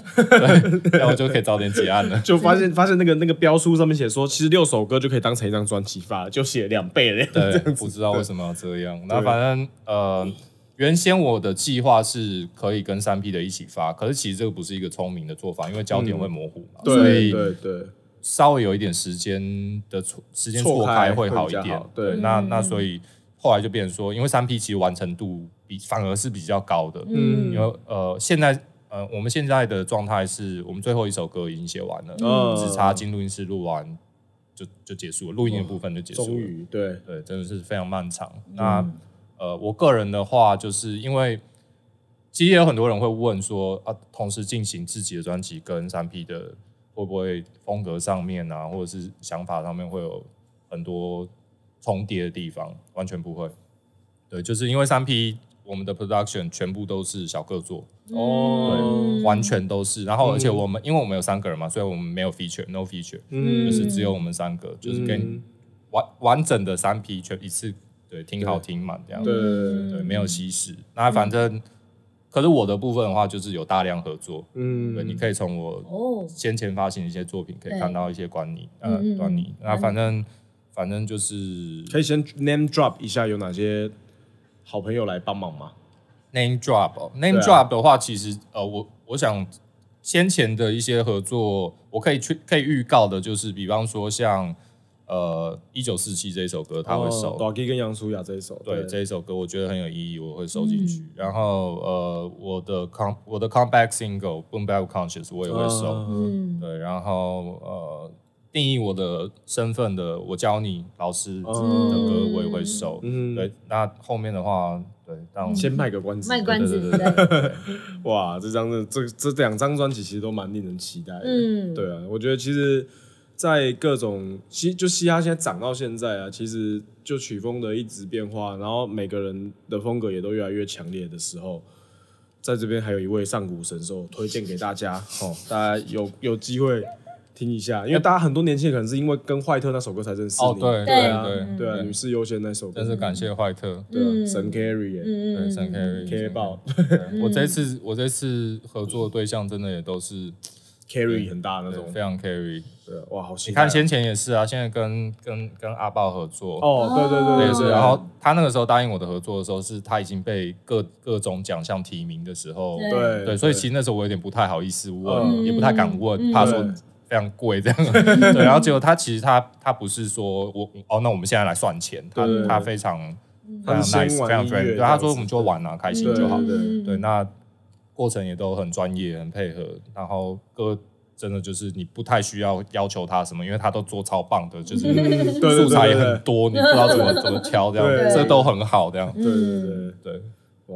Speaker 2: (laughs)
Speaker 3: 对，这样我就可以早点结案了。
Speaker 2: 就发现发现那个那个标书上面写说，其实六首歌就可以当成一张专辑发了，就写两倍了。
Speaker 3: 对，不知道为什么要这样。那反正呃，原先我的计划是可以跟三 P 的一起发，可是其实这个不是一个聪明的做法，因为焦点会模糊嘛，所
Speaker 2: 嗯对
Speaker 3: 以
Speaker 2: 对对，
Speaker 3: 稍微有一点时间的错时间错
Speaker 2: 开
Speaker 3: 开会好一
Speaker 2: 比较
Speaker 3: 点
Speaker 2: 好。对，
Speaker 3: 那
Speaker 1: 嗯
Speaker 3: 那所以后来就变成说，因为三 P 其实完成度比反而是比较高的，
Speaker 1: 嗯
Speaker 3: 因为呃现在呃我们现在的状态是我们最后一首歌已经写完了，
Speaker 2: 嗯
Speaker 3: 只差进录音室录完就就结束了，录音的部分就结束
Speaker 2: 终
Speaker 3: 了。
Speaker 2: 于对，
Speaker 3: 对，真的是非常漫长。那、呃，我个人的话，就是因为其实也有很多人会问说啊，同时进行自己的专辑跟三 P 的，会不会风格上面啊，或者是想法上面会有很多重叠的地方？完全不会。对，就是因为三 P 我们的 production 全部都是小个做，
Speaker 2: 哦
Speaker 1: 嗯
Speaker 3: 完全都是。然后，而且
Speaker 2: 嗯
Speaker 3: 我们、因为我们有三个人嘛，所以我们没有 feature，no feature，、
Speaker 1: 嗯
Speaker 3: 就是只有我们三个，就是跟
Speaker 2: 嗯
Speaker 3: 完完整的三批全一次对听好听满这样，
Speaker 2: 对
Speaker 3: 对没
Speaker 1: 嗯
Speaker 3: 有稀释。那反正，可是我的部分的话，就是有大量合作，对，
Speaker 2: 嗯，
Speaker 3: 你可以从我
Speaker 1: 哦，
Speaker 3: 先前发行的一些作品可以
Speaker 1: 对
Speaker 3: 看到一些关你呃
Speaker 1: 嗯嗯嗯
Speaker 3: 端倪。
Speaker 1: 端
Speaker 3: 那
Speaker 1: 倪
Speaker 3: 反正反正就是
Speaker 2: 可以先 name drop 一下有哪些好朋友来帮忙吗？
Speaker 3: name drop 哦 name
Speaker 2: 对啊
Speaker 3: drop 的话，其实呃，我我想先前的一些合作，我可以去可以预告的，就是比方说像呃一九四七这一首歌，他
Speaker 2: 哦
Speaker 3: 会收。
Speaker 2: d o g g 跟杨舒雅这一首，
Speaker 3: 对这一首歌，我觉得很有意义，我会收进去。然后呃，我的 com 我的 comeback single boom bap conscious 我也会收。
Speaker 2: 嗯
Speaker 1: 嗯
Speaker 3: 对，然后呃，定义我的身份的我教你老师的
Speaker 2: 嗯
Speaker 3: 歌我也会收。
Speaker 2: 嗯，
Speaker 3: 对，那后面的话，对，让
Speaker 2: 先卖个关子，
Speaker 1: 嗯卖关子，
Speaker 3: 对对对
Speaker 1: 对，
Speaker 2: 哇，这张的这这两张专辑其实都蛮令人期待的。
Speaker 1: 嗯
Speaker 2: 对啊，我觉得其实，在各种其实就嘻哈现在涨到现在啊，其实就曲风的一直变化，然后每个人的风格也都越来越强烈的时候，在这边还有一位上古神兽推荐给大 (laughs) 家哦，大家有有机会听一下，因为大家很多年轻人可能是因为跟坏特那首歌才认识
Speaker 3: 哦
Speaker 2: 你，
Speaker 3: 对
Speaker 2: 对啊，
Speaker 3: 对对
Speaker 2: 对啊，
Speaker 3: 对
Speaker 2: 女士优先那首歌，
Speaker 3: 真是感谢坏特，
Speaker 2: 对啊，
Speaker 1: 嗯
Speaker 2: 神 carry 耶、
Speaker 3: 对，
Speaker 1: 嗯
Speaker 3: 三 K
Speaker 2: carry 爆
Speaker 3: 嗯我这次我这次合作的对象真的也都是
Speaker 2: carry 很大那种
Speaker 3: 对，非常 carry。
Speaker 2: 对啊，哇，好期
Speaker 3: 你
Speaker 2: 待啊、
Speaker 3: 看先前也是啊，现在跟跟跟阿豹合作，
Speaker 2: 哦，对对对
Speaker 3: 对，
Speaker 2: 对
Speaker 3: 是。
Speaker 2: 对，
Speaker 3: 然后他那个时候答应我的合作的时候，是他已经被各各种奖项提名的时候，
Speaker 1: 对
Speaker 2: 对
Speaker 3: 对，所以其实那时候我有点不太好意思问，
Speaker 2: 嗯
Speaker 3: 也不太敢问，怕说
Speaker 2: 对
Speaker 3: 非常贵这样。对，然后结果他其实他他不是说我哦，那我们现在来算钱，他
Speaker 2: 对
Speaker 3: 他非常非
Speaker 2: 他
Speaker 3: 常
Speaker 2: 是先
Speaker 3: nice，非
Speaker 2: 玩
Speaker 3: 常
Speaker 2: 音
Speaker 3: friend，
Speaker 2: 乐
Speaker 3: 对，
Speaker 2: 这样
Speaker 3: 他说
Speaker 2: 子
Speaker 3: 我们就玩啊，开心
Speaker 2: 对
Speaker 3: 就
Speaker 1: 嗯
Speaker 3: 好。
Speaker 2: 对
Speaker 3: 对，那过程也都很专业，很配合，然后各。真的就是你不太需要要求他什么，因为他都做超棒的，就是
Speaker 2: 对对
Speaker 3: 嗯素材
Speaker 2: 对
Speaker 3: 也
Speaker 2: 对
Speaker 3: 很多，你不知道怎么怎么挑这
Speaker 2: 对
Speaker 3: 样，
Speaker 2: 对
Speaker 3: 这都很好这样，
Speaker 1: 嗯
Speaker 2: 对对对，
Speaker 3: 对，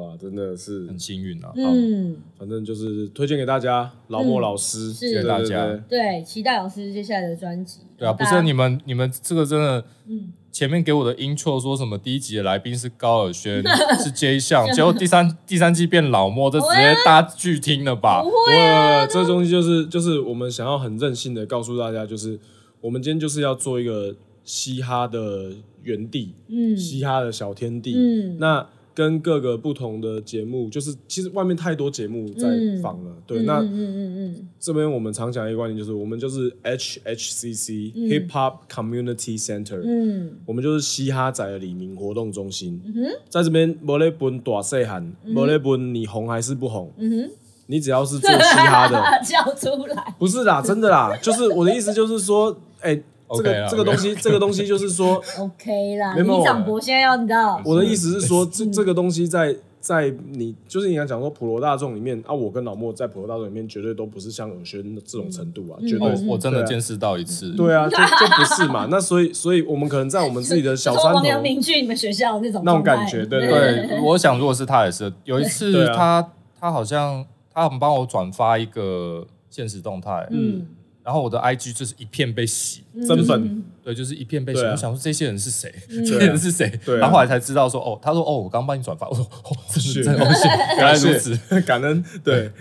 Speaker 2: 哇，真的是，
Speaker 3: 很幸运啊。好
Speaker 1: 嗯，
Speaker 2: 反正就是推荐给大家老莫老师，
Speaker 1: 是
Speaker 2: 对
Speaker 3: 谢谢大家
Speaker 2: 对对
Speaker 1: 对，期待老师接下来的专辑。
Speaker 3: 对啊，不是你们你们这个真的
Speaker 1: 嗯，
Speaker 3: 前面给我的 intro 说什么第一集的来宾是高尔
Speaker 1: (laughs)
Speaker 3: 宣是 J 项，结果第三第三季变老莫，这直接大家拒听了吧
Speaker 1: 不？会
Speaker 2: 我这东西就是就是我们想要很任性的告诉大家，就是我们今天就是要做一个嘻哈的园地，
Speaker 1: 嗯
Speaker 2: 嘻哈的小天地。
Speaker 1: 嗯
Speaker 2: 那跟各个不同的节目，就是其实外面太多节目在
Speaker 1: 嗯
Speaker 2: 访了。对，
Speaker 1: 嗯
Speaker 2: 那
Speaker 1: 嗯嗯嗯
Speaker 2: 这边我们常讲一个观点，就是我们就是 HHCC、
Speaker 1: 嗯
Speaker 2: Hip Hop Community Center，、
Speaker 1: 嗯
Speaker 2: 我们就是嘻哈仔的李明活动中心。
Speaker 1: 嗯哼
Speaker 2: 在这边，无咧分大细汉，无咧分你红还是不红，
Speaker 1: 嗯哼，
Speaker 2: 你只要是做嘻哈的，
Speaker 1: (laughs) 叫出来，
Speaker 2: 不是啦，真的啦，就是我的意思就是说，哎、这
Speaker 3: OK
Speaker 2: 个
Speaker 3: 啦
Speaker 2: 这个东西，这个东西就是
Speaker 3: (laughs)
Speaker 2: 说，
Speaker 1: OK 啦，
Speaker 2: 没有
Speaker 1: 李长博现在要你知道，
Speaker 2: 我的意思是说，这
Speaker 3: 嗯
Speaker 2: 这个东西在在你就是你想讲说普罗大众里面啊，我跟老莫在普罗大众里面绝对都不是像尔轩这种程度啊，
Speaker 1: 嗯
Speaker 2: 绝对
Speaker 3: 哦
Speaker 2: 是、，
Speaker 3: 我真的
Speaker 2: 对啊
Speaker 3: 见识到一次，
Speaker 2: 对
Speaker 1: (laughs)
Speaker 2: 啊，就就不是嘛。那所以所以我们可能在我们自己的小
Speaker 1: 说
Speaker 2: 山头
Speaker 1: 王，阳明去你们学校那种
Speaker 2: 那种
Speaker 1: 状态
Speaker 2: 感觉对
Speaker 3: 对，我想如果是他也是，有一
Speaker 2: 对
Speaker 3: 次
Speaker 2: 啊
Speaker 3: 他他好像他很帮我转发一个现实动态，
Speaker 1: 嗯，
Speaker 3: 然后我的 IG 就是一片被洗，
Speaker 2: 真粉
Speaker 3: 对，就是一片被洗。
Speaker 2: 对啊
Speaker 3: 我想说这些人是谁？
Speaker 1: 嗯
Speaker 3: (laughs) 这些人是谁？
Speaker 2: 对啊
Speaker 3: 然后后来才知道说，哦，他说哦，我刚帮你转发，我说哦，真
Speaker 2: 是
Speaker 3: 是真
Speaker 2: (laughs)
Speaker 3: 的哦，谢谢原来如此。哎
Speaker 2: 感恩对，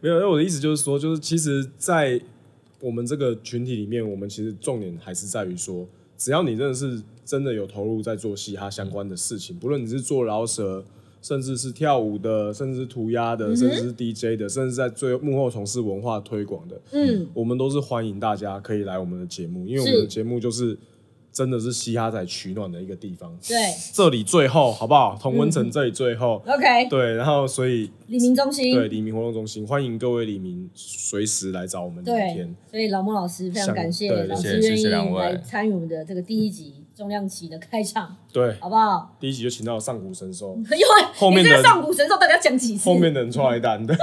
Speaker 2: 没有。因为我的意思就是说，就是其实，在我们这个群体里面，我们其实重点还是在于说，只要你真的是真的有投入在做嘻哈相关的事情，不论你是做饶舌，甚至是跳舞的，甚至是涂鸦
Speaker 1: 嗯
Speaker 2: 的，甚至是 DJ 的，甚至在最幕后从事文化推广的，
Speaker 1: 嗯
Speaker 2: 我们都是欢迎大家可以来我们的节目，因为我
Speaker 1: 是
Speaker 2: 们的节目就是真的是嘻哈仔取暖的一个地方。
Speaker 1: 对嗯
Speaker 2: 这里最后好不好？同温层这里最后。
Speaker 1: ，OK，
Speaker 2: 对，然后所以
Speaker 1: 李明中心
Speaker 2: 对，李明活动中心，欢迎各位李明随时来找我们聊
Speaker 1: 对
Speaker 2: 天。，
Speaker 1: 所以老莫老师非常
Speaker 2: 想
Speaker 1: 感谢
Speaker 2: 对
Speaker 1: 老
Speaker 3: 谢
Speaker 1: 师
Speaker 3: 谢
Speaker 1: 愿意
Speaker 3: 谢谢两位
Speaker 1: 来参与我们的这个第一
Speaker 2: 嗯
Speaker 1: 集重量级的开场，
Speaker 2: 对，
Speaker 1: 好不好？ (laughs)
Speaker 2: 第一集就请到上古神兽，
Speaker 1: 因为
Speaker 2: 后面
Speaker 1: 你
Speaker 2: 的
Speaker 1: 这个上古神兽到底要讲几次？
Speaker 2: 后面的人出来单，对，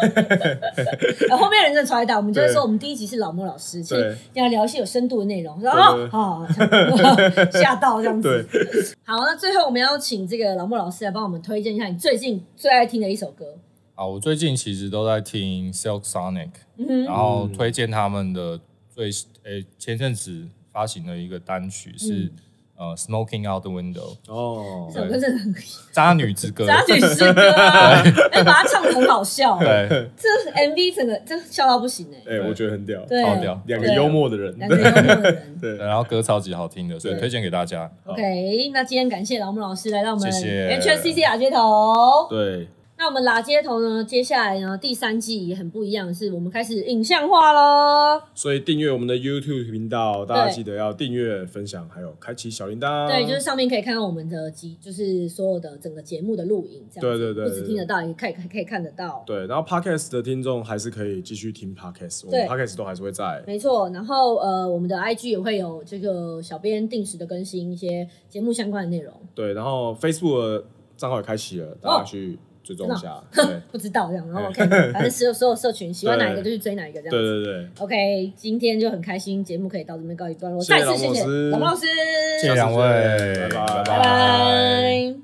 Speaker 1: 呃后面人真的超爱打，我们就会
Speaker 2: 对
Speaker 1: 说我们第一集是老莫老师，所以
Speaker 2: 对
Speaker 1: 要聊一些有深度的内容。说
Speaker 2: 对
Speaker 1: 哦，好， (laughs) 吓到这样
Speaker 2: 对
Speaker 1: 子。好，那最后我们要请这个老莫老师来帮我们推荐一下你最近最爱听的一首歌。
Speaker 3: 啊，我最近其实都在听 Silk Sonic，
Speaker 1: 嗯哼，
Speaker 3: 然后推荐他们的最诶、前阵子发行的一个单曲
Speaker 1: 嗯
Speaker 3: 是、呃 Smoking Out the Window
Speaker 2: 哦
Speaker 1: 这，首歌真的很
Speaker 3: 渣女之歌，
Speaker 1: (laughs) 渣女诗歌啊，哎，把它唱的很好笑，
Speaker 3: 对，
Speaker 1: 这 MV 整个这笑到不行哎。
Speaker 2: 哎，我觉得很屌，
Speaker 1: 对，
Speaker 3: 超屌
Speaker 2: 两个幽默的人，
Speaker 1: 两个幽默的人。
Speaker 2: 对
Speaker 3: 对，然后歌超级好听的，所以
Speaker 2: 对
Speaker 3: 推荐给大家。
Speaker 1: (laughs) OK，那今天感谢老木老师来到我们
Speaker 3: 谢谢
Speaker 1: HCC 打街头。
Speaker 2: 对，
Speaker 1: 那我们拉街头呢，接下来呢第三季也很不一样，是我们开始影像化喽。
Speaker 2: 所以订阅我们的 YouTube 频道，大家
Speaker 1: 对
Speaker 2: 记得要订阅、分享，还有开启小铃铛。
Speaker 1: 对，就是上面可以看到我们的集，就是所有的整个节目的录影，这样
Speaker 2: 对
Speaker 1: 子
Speaker 2: 对对
Speaker 1: 不只听得到，也可以可以可以看得到。
Speaker 2: 对，然后 Podcast 的听众还是可以继续听 Podcast，我们
Speaker 1: 对
Speaker 2: Podcast 都还是会在。
Speaker 1: 没错，然后呃，我们的 IG 也会有这个小编定时的更新一些节目相关的内容，
Speaker 2: 对，然后 Facebook 的账号也开启了，大家去追踪一下。
Speaker 1: (laughs)
Speaker 2: 对，
Speaker 1: 不知道这样，然后 OK，反正所有所有社群喜欢哪一个就
Speaker 2: 对
Speaker 1: 去追哪一个这样
Speaker 2: 对
Speaker 1: 子。
Speaker 2: 对对，
Speaker 1: OK，今天就很开心，节目可以到这边告一段落。
Speaker 2: 谢谢
Speaker 1: 再次谢谢
Speaker 2: 老
Speaker 1: 老
Speaker 2: 莫
Speaker 1: 莫
Speaker 2: 老
Speaker 1: 老
Speaker 2: 师
Speaker 1: 师，
Speaker 3: 谢谢两位
Speaker 2: 拜，拜
Speaker 1: 拜拜。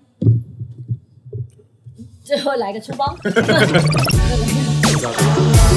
Speaker 1: 最后来个出包。
Speaker 2: 拜拜